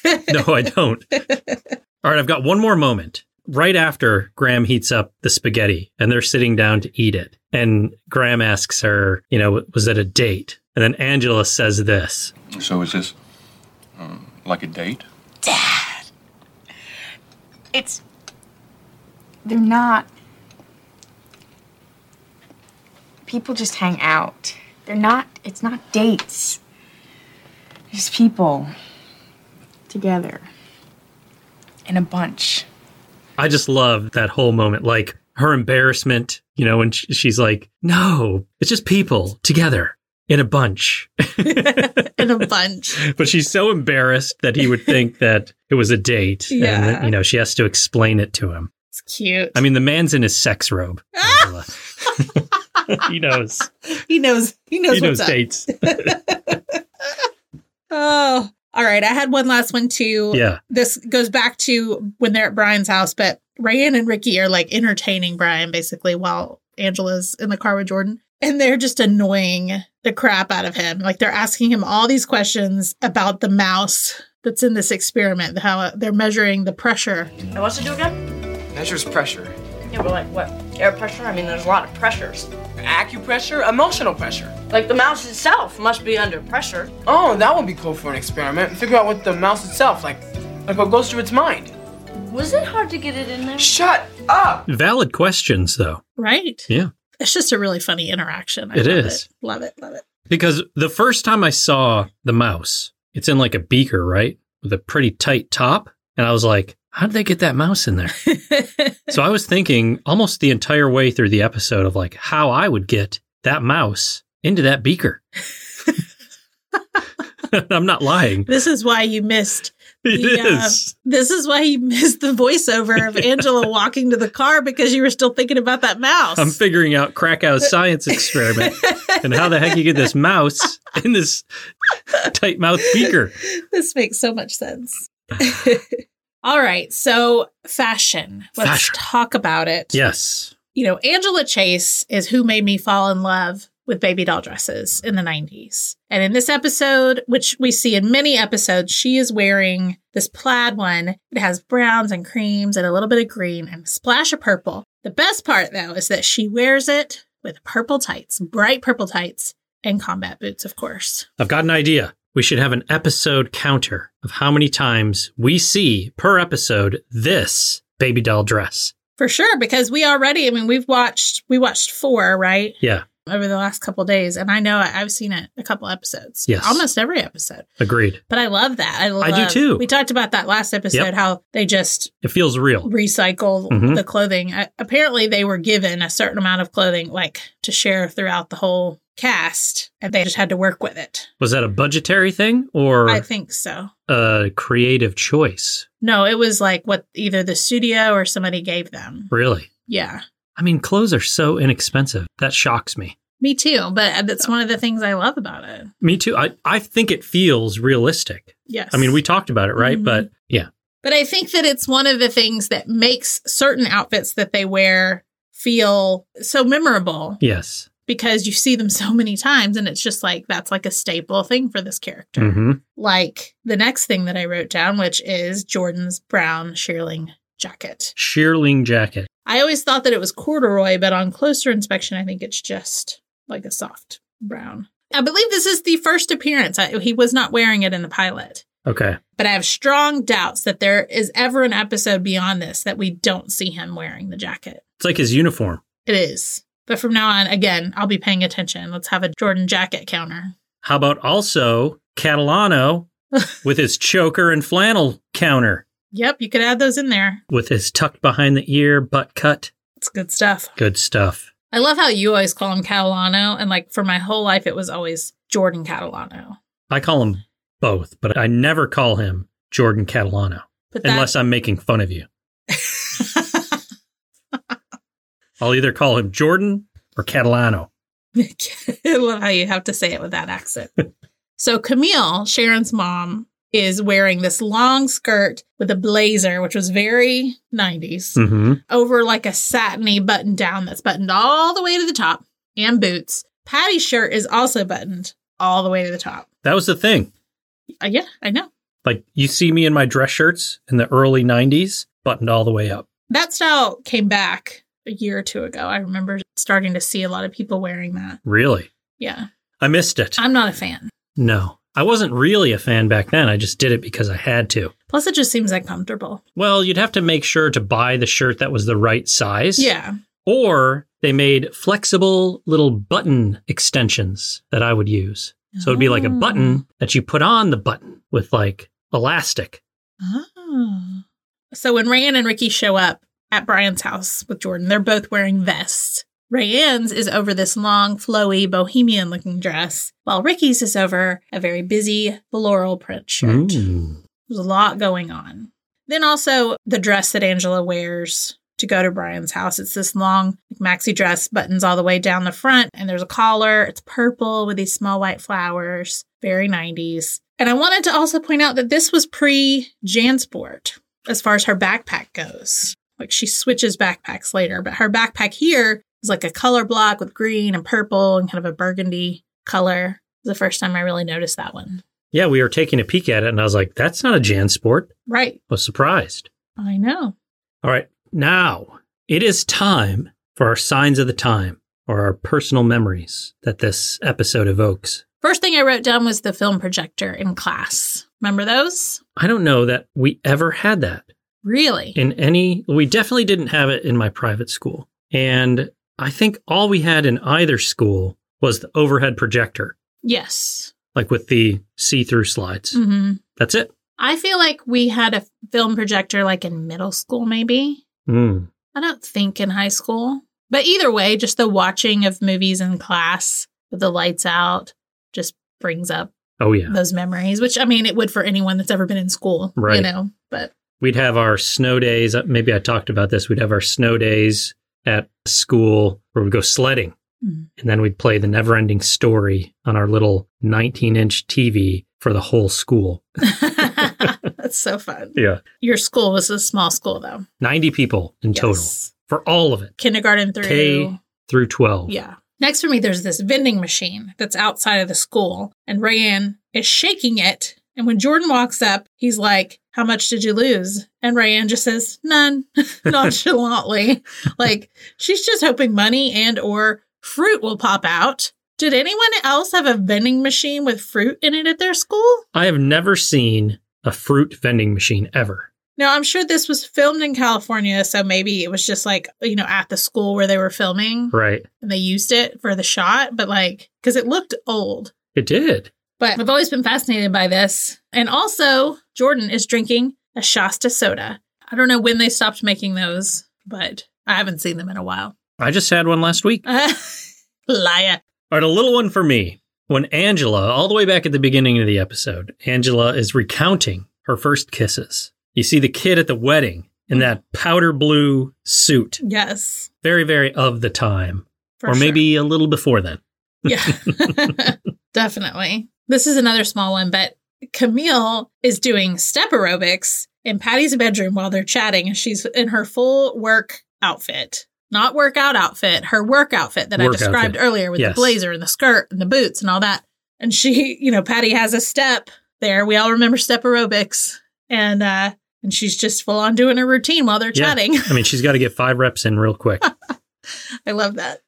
[SPEAKER 3] no, I don't. All right, I've got one more moment. Right after Graham heats up the spaghetti and they're sitting down to eat it. And Graham asks her, you know, was it a date? And then Angela says this.
[SPEAKER 10] So is this um, like a date?
[SPEAKER 5] It's. They're not. People just hang out. They're not. It's not dates. Just people. Together. In a bunch.
[SPEAKER 3] I just love that whole moment. Like her embarrassment, you know, when sh- she's like, no, it's just people together in a bunch.
[SPEAKER 1] in a bunch.
[SPEAKER 3] but she's so embarrassed that he would think that it was a date. And,
[SPEAKER 1] Yeah.
[SPEAKER 3] that, you know, she has to explain it to him.
[SPEAKER 1] It's cute.
[SPEAKER 3] I mean, the man's in his sex robe. Angela. he knows.
[SPEAKER 1] he knows. He knows what's
[SPEAKER 3] he knows
[SPEAKER 1] up.
[SPEAKER 3] dates.
[SPEAKER 1] Oh, all right. I had one last one too.
[SPEAKER 3] Yeah.
[SPEAKER 1] This goes back to when they're at Brian's house, but Ryan and Ricky are like entertaining Brian basically while Angela's in the car with Jordan. And they're just annoying the crap out of him. Like they're asking him all these questions about the mouse that's in this experiment, how uh, they're measuring the pressure.
[SPEAKER 6] And what's it do again?
[SPEAKER 9] Measures pressure.
[SPEAKER 6] Yeah, but like what? Air pressure? I mean, there's a lot of pressures.
[SPEAKER 9] Acupressure? Emotional pressure.
[SPEAKER 6] Like the mouse itself must be under pressure.
[SPEAKER 9] Oh, that would be cool for an experiment. Figure out what the mouse itself, like, like what goes through its mind.
[SPEAKER 6] Was it hard to get it in there?
[SPEAKER 9] Shut up!
[SPEAKER 3] Valid questions, though.
[SPEAKER 1] Right?
[SPEAKER 3] Yeah.
[SPEAKER 1] It's just a really funny interaction. I
[SPEAKER 3] It
[SPEAKER 1] love
[SPEAKER 3] is.
[SPEAKER 1] It. Love it. Love it.
[SPEAKER 3] Because the first time I saw the mouse, it's in like a beaker, right? With a pretty tight top. And I was like, how did they get that mouse in there? so I was thinking almost the entire way through the episode of like how I would get that mouse into that beaker. I'm not lying.
[SPEAKER 1] This is why you missed
[SPEAKER 3] It is.
[SPEAKER 1] Yeah. This is why you missed the voiceover of Angela walking to the car because you were still thinking about that mouse.
[SPEAKER 3] I'm figuring out Krakow's science experiment and how the heck you get this mouse in this tight mouth beaker.
[SPEAKER 1] this makes so much sense. All right, so fashion. Let's
[SPEAKER 3] Fashion.
[SPEAKER 1] talk about it.
[SPEAKER 3] Yes.
[SPEAKER 1] You know, Angela Chase is who made me fall in love with baby doll dresses in the 90s. And in this episode, which we see in many episodes, she is wearing this plaid one. It has browns and creams and a little bit of green and a splash of purple. The best part, though, is that she wears it with purple tights, bright purple tights, and combat boots, of course.
[SPEAKER 3] I've got an idea. We should have an episode counter of how many times we see per episode this baby doll dress.
[SPEAKER 1] For sure, because we already, I mean, we've watched, we watched four, right?
[SPEAKER 3] Yeah.
[SPEAKER 1] over the last couple days, and I know I, have seen it a couple episodes.
[SPEAKER 3] Yes.
[SPEAKER 1] almost every episode.
[SPEAKER 3] Agreed.
[SPEAKER 1] But I love that. I, love,
[SPEAKER 3] I do too.
[SPEAKER 1] We talked about that last episode
[SPEAKER 3] Yep.
[SPEAKER 1] how they just
[SPEAKER 3] It feels real.
[SPEAKER 1] recycle
[SPEAKER 3] Mhm.
[SPEAKER 1] the clothing. Uh, apparently, they were given a certain amount of clothing, like to share throughout the whole cast, and they just had to work with it.
[SPEAKER 3] Was that a budgetary thing or
[SPEAKER 1] I think so.
[SPEAKER 3] a creative choice?
[SPEAKER 1] No, it was like what either the studio or somebody gave them.
[SPEAKER 3] Really?
[SPEAKER 1] Yeah.
[SPEAKER 3] I mean, clothes are so inexpensive. That shocks me.
[SPEAKER 1] Me too, but that's one of the things I love about it.
[SPEAKER 3] Me too. I, I think it feels realistic.
[SPEAKER 1] Yes.
[SPEAKER 3] I mean, we talked about it, right?
[SPEAKER 1] Mhm.
[SPEAKER 3] But yeah,
[SPEAKER 1] But I think that it's one of the things that makes certain outfits that they wear feel so memorable
[SPEAKER 3] yes.
[SPEAKER 1] because you see them so many times and it's just like that's like a staple thing for this character.
[SPEAKER 3] Mm-hmm.
[SPEAKER 1] Like the next thing that I wrote down, which is Jordan's brown shearling jacket.
[SPEAKER 3] Shearling jacket.
[SPEAKER 1] I always thought that it was corduroy, but on closer inspection, I think it's just like a soft brown. I believe this is the first appearance. I, he was not wearing it in the pilot.
[SPEAKER 3] Okay.
[SPEAKER 1] But I have strong doubts that there is ever an episode beyond this that we don't see him wearing the jacket.
[SPEAKER 3] It's like his uniform.
[SPEAKER 1] It is. But from now on, again, I'll be paying attention. Let's have a Jordan jacket counter.
[SPEAKER 3] How about also Catalano with his choker and flannel counter
[SPEAKER 1] Yep, you could add those in there.
[SPEAKER 3] with his tucked behind the ear butt cut?
[SPEAKER 1] It's good stuff.
[SPEAKER 3] Good stuff.
[SPEAKER 1] I love how you always call him Catalano. And like for my whole life, it was always Jordan Catalano.
[SPEAKER 3] I call him both, but I never call him Jordan Catalano
[SPEAKER 1] But that,
[SPEAKER 3] unless I'm making fun of you. I'll either call him Jordan or Catalano.
[SPEAKER 1] I love how you have to say it with that accent. so Camille, Sharon's mom, is wearing this long skirt with a blazer, which was very 90s,
[SPEAKER 3] Mm-hmm.
[SPEAKER 1] over like a satiny button down that's buttoned all the way to the top and boots. Patty's shirt is also buttoned all the way to the top.
[SPEAKER 3] That was the thing.
[SPEAKER 1] Uh, yeah, I know.
[SPEAKER 3] Like you see me in my dress shirts in the early 90s, buttoned all the way up.
[SPEAKER 1] That style came back a year or two ago. I remember starting to see a lot of people wearing that.
[SPEAKER 3] Really?
[SPEAKER 1] Yeah.
[SPEAKER 3] I missed it.
[SPEAKER 1] I'm not a fan.
[SPEAKER 3] No. I wasn't really a fan back then. I just did it because I had to.
[SPEAKER 1] Plus, it just seems uncomfortable.
[SPEAKER 3] Well, you'd have to make sure to buy the shirt that was the right size.
[SPEAKER 1] Yeah.
[SPEAKER 3] Or they made flexible little button extensions that I would use. So it'd be like a
[SPEAKER 1] Oh.
[SPEAKER 3] button that you put on the button with like elastic.
[SPEAKER 1] Oh. So when Rayanne and Ricky show up at Brian's house with Jordan, they're both wearing vests. Rayanne's is over this long, flowy, bohemian looking dress, while Ricky's is over a very busy floral print shirt.
[SPEAKER 3] Mm.
[SPEAKER 1] There's a lot going on. Then also the dress that Angela wears to go to Brian's house. It's this long maxi dress, buttons all the way down the front, and there's a collar. It's purple with these small white flowers, very 90s. And I wanted to also point out that this was pre Jansport as far as her backpack goes. Like she switches backpacks later, but her backpack here is like a color block with green and purple and kind of a burgundy color. It's the first time I really noticed that one.
[SPEAKER 3] Yeah, we were taking a peek at it and I was like, that's not a Jansport. I
[SPEAKER 1] Right.
[SPEAKER 3] was surprised.
[SPEAKER 1] I know.
[SPEAKER 3] All right. Now it is time for our signs of the time or our personal memories that this episode evokes.
[SPEAKER 1] First thing I wrote down was the film projector in class. Remember those?
[SPEAKER 3] I don't know that we ever had that.
[SPEAKER 1] Really?
[SPEAKER 3] in any we definitely didn't have it in my private school and i think all we had in either school was the overhead projector
[SPEAKER 1] yes.
[SPEAKER 3] like with the see-through slides
[SPEAKER 1] hmm
[SPEAKER 3] that's it
[SPEAKER 1] I feel like we had a film projector like in middle school, maybe.
[SPEAKER 3] mm.
[SPEAKER 1] I don't think in high school. But either way, just the watching of movies in class with the lights out just brings up
[SPEAKER 3] oh yeah
[SPEAKER 1] those memories, which I mean, it would for anyone that's ever been in school, you
[SPEAKER 3] Right.
[SPEAKER 1] know, but
[SPEAKER 3] we'd have our snow days uh, maybe i talked about this we'd have our snow days at school where we'd go sledding
[SPEAKER 1] Mm.
[SPEAKER 3] and then we'd play the never ending story on our little 19 inch tv for the whole school
[SPEAKER 1] that's so fun.
[SPEAKER 3] yeah
[SPEAKER 1] Your school was a small school, though.
[SPEAKER 3] 90 people in total
[SPEAKER 1] Yes.
[SPEAKER 3] for all of it
[SPEAKER 1] Kindergarten through
[SPEAKER 3] K through 12
[SPEAKER 1] Yeah. Next for me, there's this vending machine that's outside of the school, and Rayanne is shaking it. And when Jordan walks up, he's like, How much did you lose? And Rayanne just says, None, nonchalantly. like she's just hoping money and or fruit will pop out. Did anyone else have a vending machine with fruit in it at their school?
[SPEAKER 3] I have never seen a fruit vending machine ever.
[SPEAKER 1] Now, I'm sure this was filmed in California, so maybe it was just like, you know, at the school where they were filming
[SPEAKER 3] Right.
[SPEAKER 1] and they used it for the shot, but like, because it looked old.
[SPEAKER 3] It did.
[SPEAKER 1] But I've always been fascinated by this. And also, Jordan is drinking a Shasta soda. I don't know when they stopped making those, but I haven't seen them in a while.
[SPEAKER 3] I just had one last week.
[SPEAKER 1] Liar.
[SPEAKER 3] All right, a little one for me. When Angela, all the way back at the beginning of the episode, Angela is recounting her first kisses. You see the kid at the wedding in that powder blue suit,
[SPEAKER 1] Yes.
[SPEAKER 3] very, very of the time,
[SPEAKER 1] For
[SPEAKER 3] or maybe a little before then.
[SPEAKER 1] Yeah, definitely. This is another small one, but Camille is doing step aerobics in Patty's bedroom while they're chatting, and she's in her full work outfit. Not workout outfit, her work outfit that I
[SPEAKER 11] Work
[SPEAKER 1] described
[SPEAKER 11] outfit.
[SPEAKER 1] earlier with
[SPEAKER 11] Yes.
[SPEAKER 1] the blazer and the skirt and the boots and all that. And she, you know, Patty has a step there. We all remember step aerobics. And uh and she's just full on doing her routine while they're
[SPEAKER 3] Yeah.
[SPEAKER 1] chatting.
[SPEAKER 3] I mean, she's got to get five reps in real quick.
[SPEAKER 1] I love that.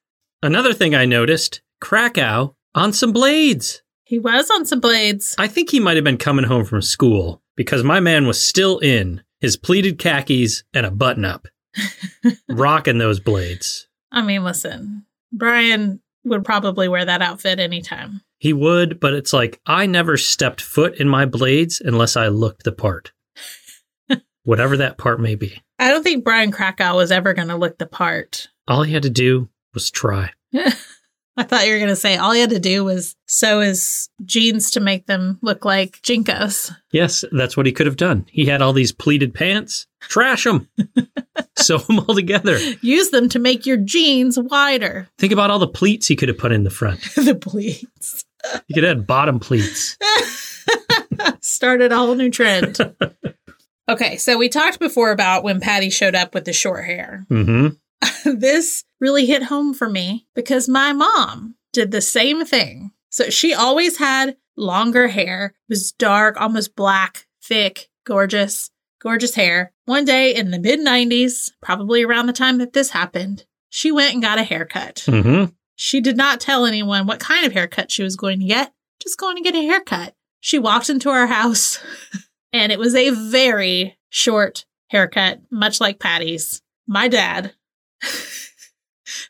[SPEAKER 3] Another thing I noticed Krakow on some blades.
[SPEAKER 1] He was on some blades.
[SPEAKER 3] I think he might have been coming home from school because my man was still in his pleated khakis and a button up, rocking those blades.
[SPEAKER 1] I mean, listen, Brian would probably wear that outfit anytime.
[SPEAKER 3] He would, but it's like I never stepped foot in my blades unless I looked the part. Whatever that part may be.
[SPEAKER 1] I don't think Brian Krakow was ever going to look the part.
[SPEAKER 3] All he had to do was try.
[SPEAKER 1] I thought you were going to say all he had to do was sew his jeans to make them look like Jinkos.
[SPEAKER 3] Yes, that's what he could have done. He had all these pleated pants. Trash them. Sew them all together.
[SPEAKER 1] Use them to make your jeans wider.
[SPEAKER 3] Think about all the pleats he could have put in the front.
[SPEAKER 1] the pleats.
[SPEAKER 3] He could have had bottom pleats.
[SPEAKER 1] Started a whole new trend. okay, so we talked before about when Patty showed up with the short hair.
[SPEAKER 3] Mm-hmm.
[SPEAKER 1] this really hit home for me because my mom did the same thing. So she always had longer hair, It was dark, almost black, thick, gorgeous, gorgeous hair. One day in the mid 90s, probably around the time that this happened, she went and got a haircut.
[SPEAKER 3] Mm-hmm.
[SPEAKER 1] She did not tell anyone what kind of haircut she was going to get, just going to get a haircut. She walked into our house and it was a very short haircut, much like Patty's. My dad,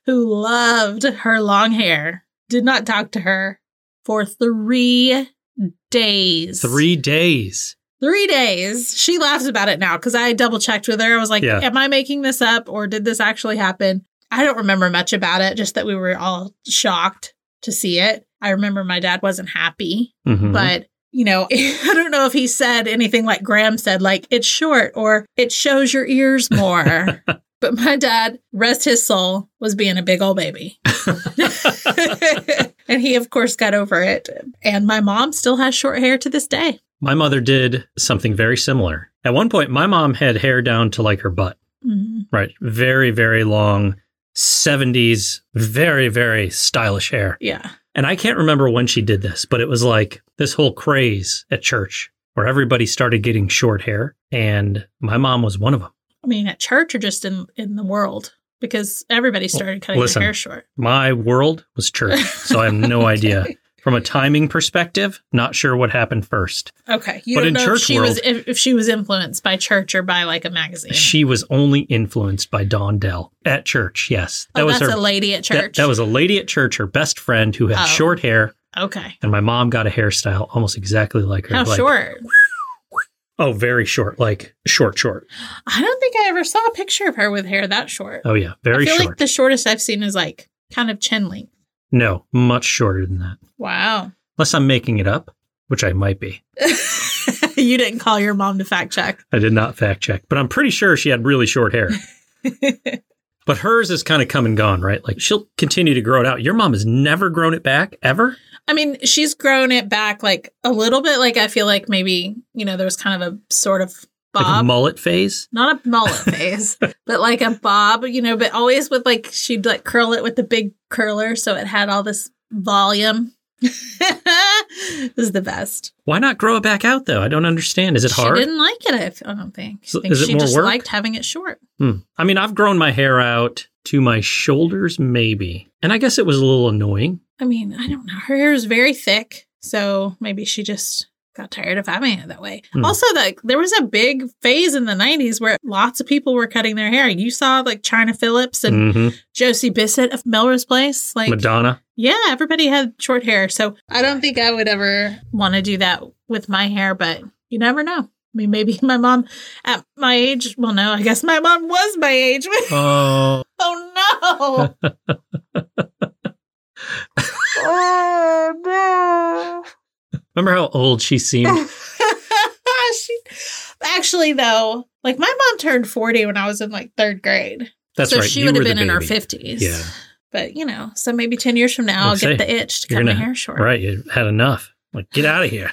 [SPEAKER 1] who loved her long hair, did not talk to her for three days.
[SPEAKER 3] Three days.
[SPEAKER 1] Three days. She laughs about it now because I double checked with her. I was like,
[SPEAKER 3] Yeah.
[SPEAKER 1] Am I making this up or did this actually happen? I don't remember much about it, just that we were all shocked to see it. I remember my dad wasn't happy,
[SPEAKER 3] Mm-hmm.
[SPEAKER 11] Mhm.
[SPEAKER 1] but you know, I don't know if he said anything like Graham said, like, it's short or it shows your ears more. but my dad, rest his soul, was being a big old baby. and he, of course, got over it. And my mom still has short hair to this day.
[SPEAKER 3] My mother did something very similar. At one point, my mom had hair down to like her butt,
[SPEAKER 1] Mhm.
[SPEAKER 3] right? Very, very long, 70s, very, very stylish hair.
[SPEAKER 1] Yeah.
[SPEAKER 3] And I can't remember when she did this, but it was like this whole craze at church where everybody started getting short hair. And my mom was one of them.
[SPEAKER 1] I mean, at church or just in in the world, because everybody started cutting
[SPEAKER 3] Listen,
[SPEAKER 1] their hair short.
[SPEAKER 3] My world was church. So I have no idea. From a timing perspective, not sure what happened first.
[SPEAKER 1] Okay, you
[SPEAKER 3] But
[SPEAKER 1] don't
[SPEAKER 3] in
[SPEAKER 1] know
[SPEAKER 3] church
[SPEAKER 1] if she was
[SPEAKER 3] world-
[SPEAKER 1] if, if she was influenced by church or by like a magazine.
[SPEAKER 3] She was only influenced by Dawn Dell at church. Yes.
[SPEAKER 1] Oh,
[SPEAKER 3] was
[SPEAKER 1] that's
[SPEAKER 3] her
[SPEAKER 1] a lady at
[SPEAKER 3] that-
[SPEAKER 1] church.
[SPEAKER 3] That, was a lady at church, her best friend who had
[SPEAKER 1] Oh.
[SPEAKER 3] short hair.
[SPEAKER 1] okay.
[SPEAKER 3] And my mom got a hairstyle almost exactly like her.
[SPEAKER 1] How
[SPEAKER 3] like-
[SPEAKER 1] short?
[SPEAKER 3] Oh, very short. Like short, short.
[SPEAKER 1] I don't think I ever saw a picture of her with hair that short.
[SPEAKER 3] Oh, yeah. Very
[SPEAKER 1] I feel
[SPEAKER 3] short.
[SPEAKER 1] like the shortest I've seen is like kind of chin length.
[SPEAKER 3] no, much shorter than that.
[SPEAKER 1] Wow,
[SPEAKER 3] Unless I'm making it up, which I might be.
[SPEAKER 1] you didn't call your mom to fact check.
[SPEAKER 3] I did not fact check, but I'm pretty sure she had really short hair. but hers is kind of come and gone, right? Like she'll continue to grow it out. Your mom has never grown it back, ever?
[SPEAKER 1] I mean, she's grown it back like a little bit. Like I feel like maybe you know there was kind of a sort of bob.
[SPEAKER 3] Like a mullet phase?
[SPEAKER 1] not a mullet phase, but like a bob, you know, but always with like she'd like curl it with the big curler so it had all this volume. this is the best.
[SPEAKER 3] Why not grow it back out, though? I don't understand. Is it hard?
[SPEAKER 1] She didn't like it, I f- I don't think.
[SPEAKER 3] So
[SPEAKER 1] I think
[SPEAKER 3] is it
[SPEAKER 1] she
[SPEAKER 3] more
[SPEAKER 1] just
[SPEAKER 3] work?
[SPEAKER 1] liked having it short.
[SPEAKER 3] Hmm. I mean, I've grown my hair out to my shoulders, maybe. And I guess it was a little annoying.
[SPEAKER 1] I mean, I don't know. Her hair is very thick, so maybe she just got tired of having it that way.
[SPEAKER 3] Hmm.
[SPEAKER 1] Also, like there was a big phase in the '90s where lots of people were cutting their hair. You saw like China Phillips and
[SPEAKER 3] Mhm.
[SPEAKER 1] Josie Bissett of Melrose Place, like
[SPEAKER 3] Madonna.
[SPEAKER 1] yeah, everybody had short hair. So I don't think I would ever want to do that with my hair, but you never know. I mean, maybe my mom at my age. Well, no, I guess my mom was my age.
[SPEAKER 3] Oh.
[SPEAKER 1] oh no! oh
[SPEAKER 3] Remember how old she seemed?
[SPEAKER 1] no! she actually though, like my mom turned forty when I was in like third grade.
[SPEAKER 3] That's
[SPEAKER 1] so
[SPEAKER 3] right.
[SPEAKER 1] She
[SPEAKER 3] You
[SPEAKER 1] would have
[SPEAKER 3] were the
[SPEAKER 1] been in her
[SPEAKER 3] baby.
[SPEAKER 1] fifties.
[SPEAKER 3] Yeah.
[SPEAKER 1] But you know, so maybe ten years from now, I'll
[SPEAKER 3] Let's
[SPEAKER 1] get
[SPEAKER 3] say,
[SPEAKER 1] the itch to
[SPEAKER 3] you're
[SPEAKER 1] cut my
[SPEAKER 3] gonna-
[SPEAKER 1] hair short.
[SPEAKER 3] Right. You had enough. Like, get out of here.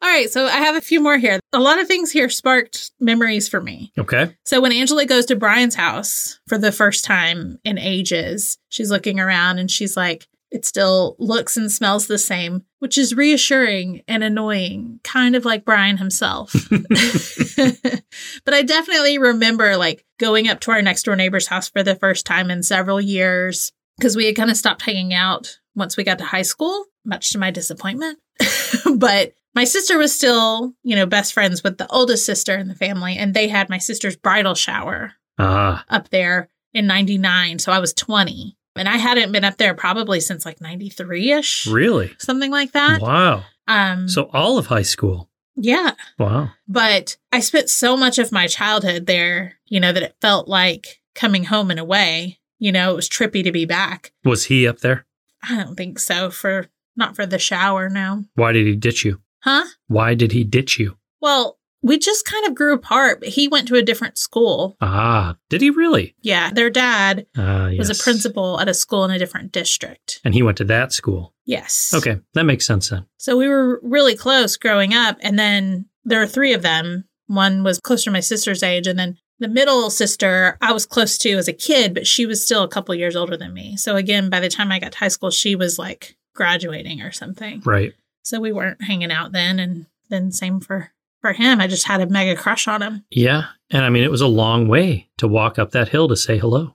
[SPEAKER 1] All right, so I have a few more here. A lot of things here sparked memories for me.
[SPEAKER 3] Okay.
[SPEAKER 1] So when Angela goes to Brian's house for the first time in ages, she's looking around and she's like, it still looks and smells the same, which is reassuring and annoying, kind of like Brian himself. but I definitely remember like going up to our next door neighbor's house for the first time in several years because we had kind of stopped hanging out once we got to high school, much to my disappointment. but my sister was still, you know, best friends with the oldest sister in the family, and they had my sister's bridal shower
[SPEAKER 3] Ah.
[SPEAKER 1] up there in 99. So I was 20. And I hadn't been up there probably since like 93 ish,
[SPEAKER 3] Really?
[SPEAKER 1] something like that.
[SPEAKER 3] Wow.
[SPEAKER 1] Um,
[SPEAKER 3] So all of high school.
[SPEAKER 1] yeah
[SPEAKER 3] Wow.
[SPEAKER 1] but I spent so much of my childhood there, you know, that it felt like coming home in a way. You know, it was trippy to be back.
[SPEAKER 3] Was he up there?
[SPEAKER 1] I don't think so for not for the shower now.
[SPEAKER 3] Why did he ditch you?
[SPEAKER 1] Huh?
[SPEAKER 3] Why did he ditch you?
[SPEAKER 1] Well, we just kind of grew apart. But he went to a different school.
[SPEAKER 3] Ah. Did he really?
[SPEAKER 1] Yeah, their dad
[SPEAKER 3] Ah. Yes.
[SPEAKER 1] was a principal at a school in a different district.
[SPEAKER 3] And he went to that school.
[SPEAKER 1] Yes.
[SPEAKER 3] Okay. That makes sense then.
[SPEAKER 1] So we were really close growing up. And then there were three of them. One was closer to my sister's age. And then the middle sister, I was close to as a kid, but she was still a couple years older than me. So again, by the time I got to high school, she was like graduating or something.
[SPEAKER 3] Right.
[SPEAKER 1] So we weren't hanging out then. And then same for, for him. I just had a mega crush on him.
[SPEAKER 3] Yeah. And I mean, it was a long way to walk up that hill to say hello.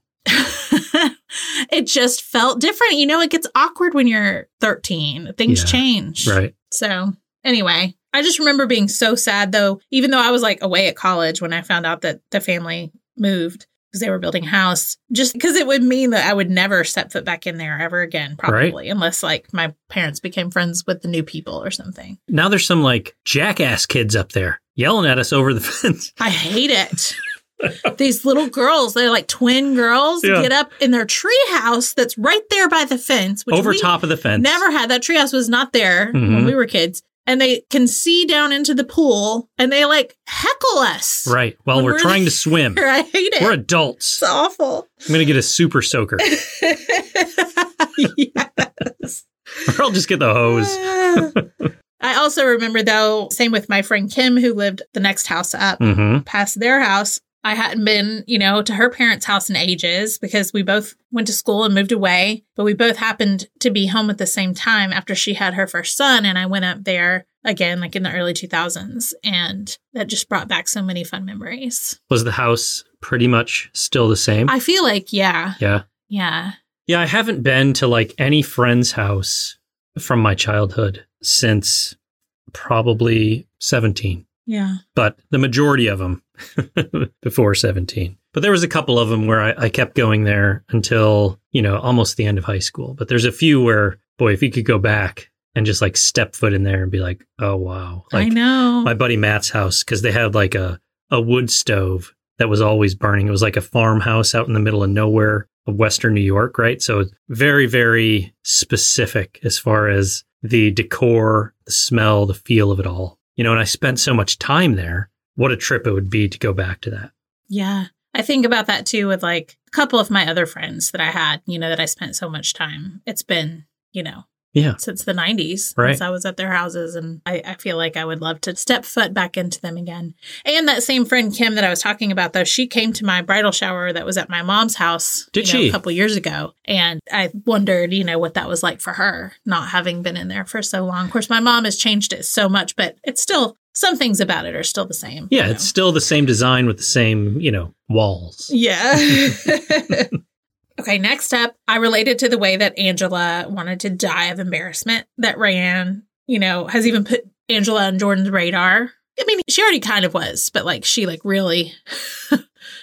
[SPEAKER 1] It just felt different. You know, it gets awkward when you're 13, things
[SPEAKER 3] Yeah.
[SPEAKER 1] change.
[SPEAKER 3] Right.
[SPEAKER 1] So, anyway, I just remember being so sad though, even though I was like away at college when I found out that the family moved because they were building a house, just because it would mean that I would never step foot back in there ever again, probably, unless like my parents became friends with the new people or something.
[SPEAKER 3] Now there's some like jackass kids up there yelling at us over the fence.
[SPEAKER 1] I hate it. These little girls, they're like twin girls,
[SPEAKER 3] Yeah.
[SPEAKER 1] get up in their tree house that's right there by the fence, which
[SPEAKER 3] over
[SPEAKER 1] we
[SPEAKER 3] top of the fence.
[SPEAKER 1] Never had that treehouse was not there when
[SPEAKER 3] Mhm.
[SPEAKER 1] we were kids, and they can see down into the pool, and they like heckle us.
[SPEAKER 3] Right. While
[SPEAKER 1] When
[SPEAKER 3] we're,
[SPEAKER 1] we're
[SPEAKER 3] trying
[SPEAKER 1] there.
[SPEAKER 3] to swim.
[SPEAKER 1] I hate it.
[SPEAKER 3] We're adults.
[SPEAKER 1] it's awful.
[SPEAKER 3] I'm going to get a super soaker. or I'll just get the hose.
[SPEAKER 1] I also remember though, same with my friend Kim who lived the next house up,
[SPEAKER 3] Mhm.
[SPEAKER 1] past their house. I hadn't been, you know, to her parents' house in ages because we both went to school and moved away, but we both happened to be home at the same time after she had her first son and I went up there again like in the early 2000s and that just brought back so many fun memories.
[SPEAKER 3] Was the house pretty much still the same?
[SPEAKER 1] I feel like yeah.
[SPEAKER 3] Um, yeah.
[SPEAKER 1] Yeah.
[SPEAKER 3] Yeah, I haven't been to like any friend's house from my childhood since probably 17.
[SPEAKER 1] Yeah.
[SPEAKER 3] but the majority of them before 17. But there was a couple of them where I, I kept going there until, you know, almost the end of high school. But there's a few where, boy, if you could go back and just like step foot in there and be like, oh, wow. Like
[SPEAKER 1] I know.
[SPEAKER 3] my buddy Matt's house, because they had like a, a wood stove that was always burning. It was like a farmhouse out in the middle of nowhere of Western New York, right? So very, very specific as far as the decor, the smell, the feel of it all. You know, and I spent so much time there. What a trip it would be to go back to that.
[SPEAKER 1] Yeah. I think about that too with like a couple of my other friends that I had, you know, that I spent so much time. It's been, you know,
[SPEAKER 3] Yeah.
[SPEAKER 1] since the 90s,
[SPEAKER 3] Right.
[SPEAKER 1] since I was at their houses. And I, I feel like I would love to step foot back into them again. And that same friend, Kim, that I was talking about, though, she came to my bridal shower that was at my mom's house
[SPEAKER 3] Did
[SPEAKER 1] you know,
[SPEAKER 3] she?
[SPEAKER 1] a couple years ago. And I wondered, you know, what that was like for her, not having been in there for so long. Of course, my mom has changed it so much, but it's still, some things about it are still the same.
[SPEAKER 3] Yeah, it's still the same design with the same, you know, walls.
[SPEAKER 1] Yeah. okay, next up, I related to the way that Angela wanted to die of embarrassment that Rayanne, you know, has even put Angela and Jordan's radar. I mean, she already kind of was, but like she like really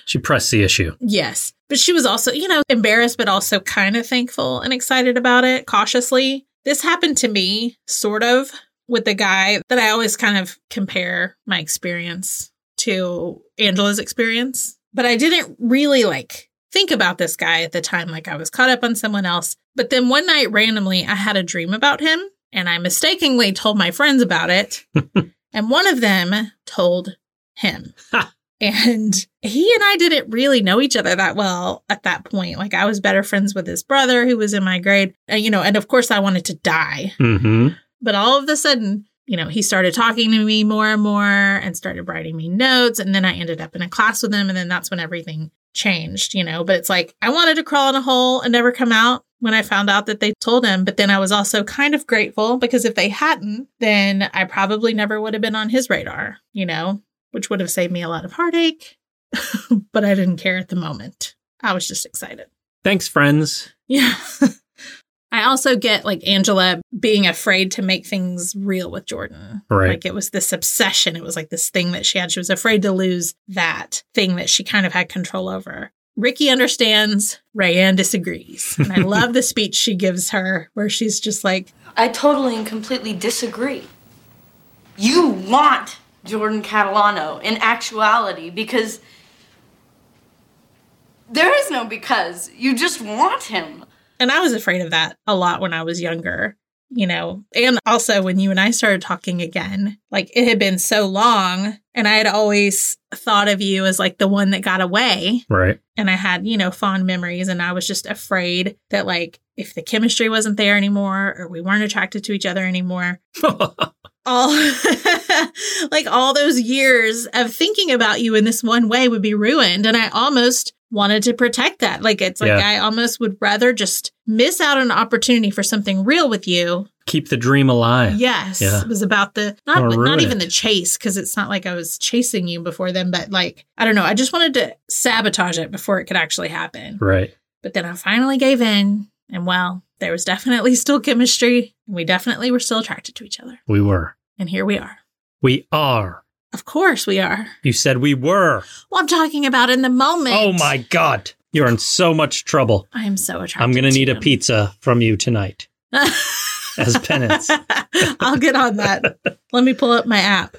[SPEAKER 11] She pressed the issue.
[SPEAKER 1] Yes. But she was also, you know, embarrassed, but also kind of thankful and excited about it cautiously. This happened to me, sort of, with the guy that I always kind of compare my experience to Angela's experience. But I didn't really like think about this guy at the time. Like I was caught up on someone else. But then one night, randomly, I had a dream about him and I mistakenly told my friends about it. and one of them told him. And he and I didn't really know each other that well at that point. Like, I was better friends with his brother who was in my grade. And, you know, and of course, I wanted to die.
[SPEAKER 11] Mm-hmm.
[SPEAKER 1] But all of a sudden, you know, he started talking to me more and more and started writing me notes. And then I ended up in a class with him. And then that's when everything changed, you know. But it's like I wanted to crawl in a hole and never come out when I found out that they told him. But then I was also kind of grateful because if they hadn't, then I probably never would have been on his radar, you know, which would have saved me a lot of heartache. but I didn't care at the moment. I was just excited.
[SPEAKER 11] Thanks, friends.
[SPEAKER 1] Yeah. I also get like Angela being afraid to make things real with Jordan.
[SPEAKER 11] Right.
[SPEAKER 1] Like it was this obsession. It was like this thing that she had. She was afraid to lose that thing that she kind of had control over. Ricky understands, Rayanne disagrees. And I love the speech she gives her where she's just like,
[SPEAKER 6] I totally and completely disagree. You want Jordan Catalano in actuality because there is no because. You just want him.
[SPEAKER 1] and I was afraid of that a lot when I was younger, you know. And also when you and I started talking again, like it had been so long and I had always thought of you as like the one that got away.
[SPEAKER 11] Right.
[SPEAKER 1] and I had, you know, fond memories. And I was just afraid that, like, if the chemistry wasn't there anymore or we weren't attracted to each other anymore, all like all those years of thinking about you in this one way would be ruined. And I almost wanted to protect that. Like, it's like
[SPEAKER 11] Yeah.
[SPEAKER 1] I almost would rather just miss out on an opportunity for something real with you.
[SPEAKER 11] Keep the dream alive.
[SPEAKER 1] Yes.
[SPEAKER 11] Yeah.
[SPEAKER 1] It was about the
[SPEAKER 11] Or
[SPEAKER 1] not
[SPEAKER 11] ruin
[SPEAKER 1] not even
[SPEAKER 11] it.
[SPEAKER 1] the chase because it's not like I was chasing you before then, but like I don't know. I just wanted to sabotage it before it could actually happen.
[SPEAKER 11] Right.
[SPEAKER 1] But then I finally gave in, and well, there was definitely still chemistry, and we definitely were still attracted to each other.
[SPEAKER 11] We were.
[SPEAKER 1] And here we are.
[SPEAKER 11] We are.
[SPEAKER 1] Of course we are.
[SPEAKER 11] You said we were.
[SPEAKER 1] Well, I'm talking about in the moment.
[SPEAKER 11] Oh my God. You're in so much trouble.
[SPEAKER 1] I am so attracted.
[SPEAKER 11] I'm going to need a
[SPEAKER 1] him.
[SPEAKER 11] pizza from you tonight as penance.
[SPEAKER 1] I'll get on that. Let me pull up my app.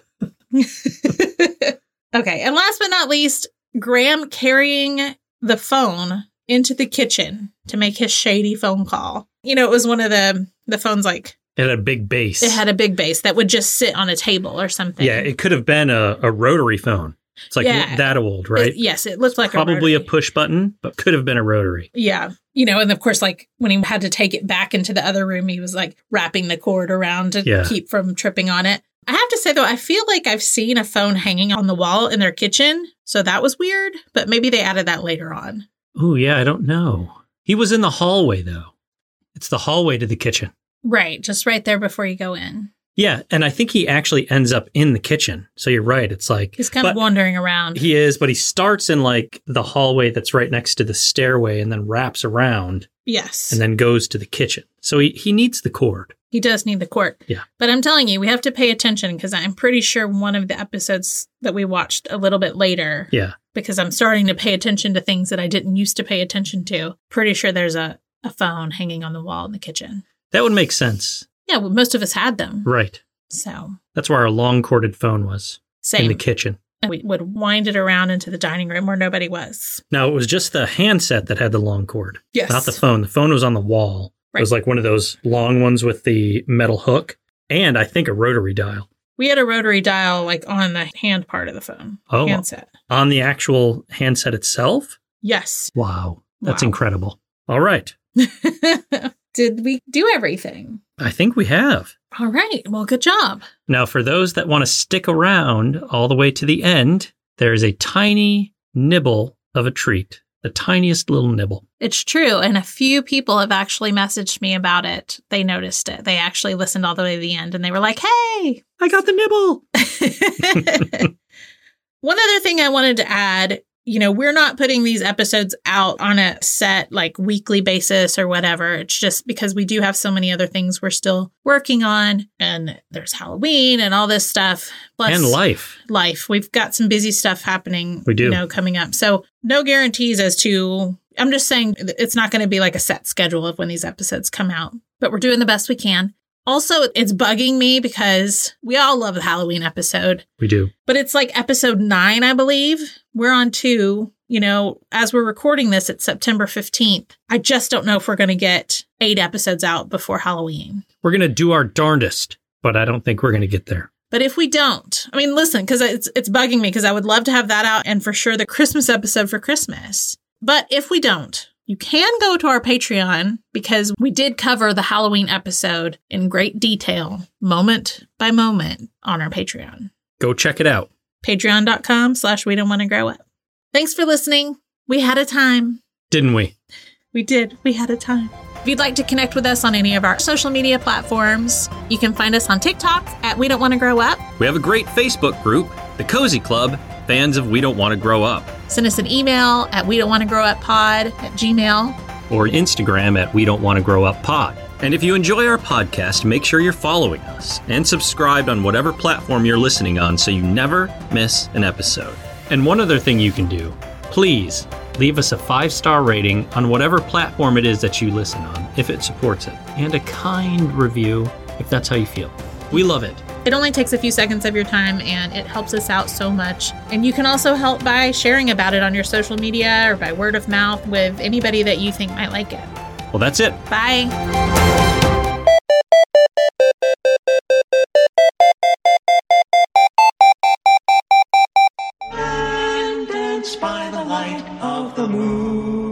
[SPEAKER 1] okay. And last but not least, Graham carrying the phone into the kitchen to make his shady phone call. You know, it was one of the the phones like
[SPEAKER 11] It had a big base.
[SPEAKER 1] it had a big base that would just sit on a table or something.
[SPEAKER 11] yeah, it could have been a, a rotary phone. It's like
[SPEAKER 1] Yeah.
[SPEAKER 11] that old, right?
[SPEAKER 1] It- yes, it looked like a
[SPEAKER 11] Probably
[SPEAKER 1] rotary.
[SPEAKER 11] a push button, but could have been a rotary.
[SPEAKER 1] Yeah. You know, and of course, like when he had to take it back into the other room, he was like wrapping the cord around to
[SPEAKER 11] Yeah.
[SPEAKER 1] keep from tripping on it. I have to say, though, I feel like I've seen a phone hanging on the wall in their kitchen. So that was weird, but maybe they added that later on.
[SPEAKER 11] Oh, yeah, I don't know. He was in the hallway, though. It's the hallway to the kitchen.
[SPEAKER 1] Right. Just right there before you go in.
[SPEAKER 11] Yeah, and I think he actually ends up in the kitchen. So you're right. It's like
[SPEAKER 1] He's kind of
[SPEAKER 11] but-
[SPEAKER 1] wandering around.
[SPEAKER 11] He is, but he starts in like the hallway that's right next to the stairway and then wraps around
[SPEAKER 1] yes.
[SPEAKER 11] and then goes to the kitchen. So he, he needs the cord.
[SPEAKER 1] He does need the court.
[SPEAKER 11] Yeah.
[SPEAKER 1] But I'm telling you, we have to pay attention because I'm pretty sure one of the episodes that we watched a little bit later,
[SPEAKER 11] Yeah.
[SPEAKER 1] because I'm starting to pay attention to things that I didn't used to pay attention to. Pretty sure there's a, a phone hanging on the wall in the kitchen.
[SPEAKER 11] That would make sense.
[SPEAKER 1] Yeah, well, most of us had them.
[SPEAKER 11] Right.
[SPEAKER 1] So
[SPEAKER 11] That's where our long corded phone was in the
[SPEAKER 1] same.
[SPEAKER 11] kitchen.
[SPEAKER 1] And we would wind it around into the dining room where nobody was.
[SPEAKER 11] Now it was just the handset that had the long cord.
[SPEAKER 1] Yes.
[SPEAKER 11] Not the phone. The phone was on the wall. It was
[SPEAKER 1] Right.
[SPEAKER 11] like one of those long ones with the metal hook and I think a rotary dial
[SPEAKER 1] We had a rotary dial like on the hand part of the phone.
[SPEAKER 11] Oh.
[SPEAKER 1] Handset.
[SPEAKER 11] on the actual handset itself.
[SPEAKER 1] Yes.
[SPEAKER 11] Wow. That's
[SPEAKER 1] Wow.
[SPEAKER 11] incredible. All right.
[SPEAKER 1] Did we do everything?
[SPEAKER 11] I think we have.
[SPEAKER 1] All right. Well, good job.
[SPEAKER 11] Now, for those that want to stick around all the way to the end, there is a tiny nibble of a treat, the tiniest little nibble.
[SPEAKER 1] It's true. And a few people have actually messaged me about it. They noticed it. They actually listened all the way to the end and they were like, hey,
[SPEAKER 11] I got the nibble.
[SPEAKER 1] One other thing I wanted to add you know, we're not putting these episodes out on a set like weekly basis or whatever. It's just because we do have so many other things we're still working on and there's Halloween and all this stuff. Plus
[SPEAKER 3] and life.
[SPEAKER 1] Life. We've got some busy stuff happening,
[SPEAKER 3] We do.
[SPEAKER 1] you know, coming up. So, no guarantees as to I'm just saying th- it's not going to be like a set schedule of when these episodes come out, but we're doing the best we can. Also, it's bugging me because we all love the Halloween episode
[SPEAKER 3] We do.
[SPEAKER 1] but it's like episode nine, I believe. We're on two. You know, as we're recording this, it's September 15th. I just don't know if we're going to get eight episodes out before Halloween.
[SPEAKER 3] We're going to do our darndest, but I don't think we're going to get there.
[SPEAKER 1] But if we don't, I mean, listen, because it's, it's bugging me because I would love to have that out and for sure the Christmas episode for Christmas. But if we don't, you can go to our Patreon because we did cover the Halloween episode in great detail, moment by moment, on our Patreon.
[SPEAKER 3] Go check it out.
[SPEAKER 1] patreon.com slash we don't want to grow up thanks for listening we had a time
[SPEAKER 3] Didn't we?
[SPEAKER 1] we did we had a time if you'd like to connect with us on any of our social media platforms you can find us on tiktok at we don't want to grow up
[SPEAKER 11] We have a great Facebook group, The Cozy Club, fans of We Don't Want to Grow Up,
[SPEAKER 1] send us an email at we don't want to grow up pod at gmail
[SPEAKER 11] or Instagram at We Don't Want to Grow Up Pod. And if you enjoy our podcast, make sure you're following us and subscribed on whatever platform you're listening on so you never miss an episode.
[SPEAKER 3] And one other thing you can do please leave us a five star rating on whatever platform it is that you listen on if it supports it, and a kind review if that's how you feel. We love it.
[SPEAKER 1] it only takes a few seconds of your time and it helps us out so much and you can also help by sharing about it on your social media or by word of mouth with anybody that you think might like it
[SPEAKER 3] Well, that's it.
[SPEAKER 1] bye
[SPEAKER 8] And dance by the light of the moon.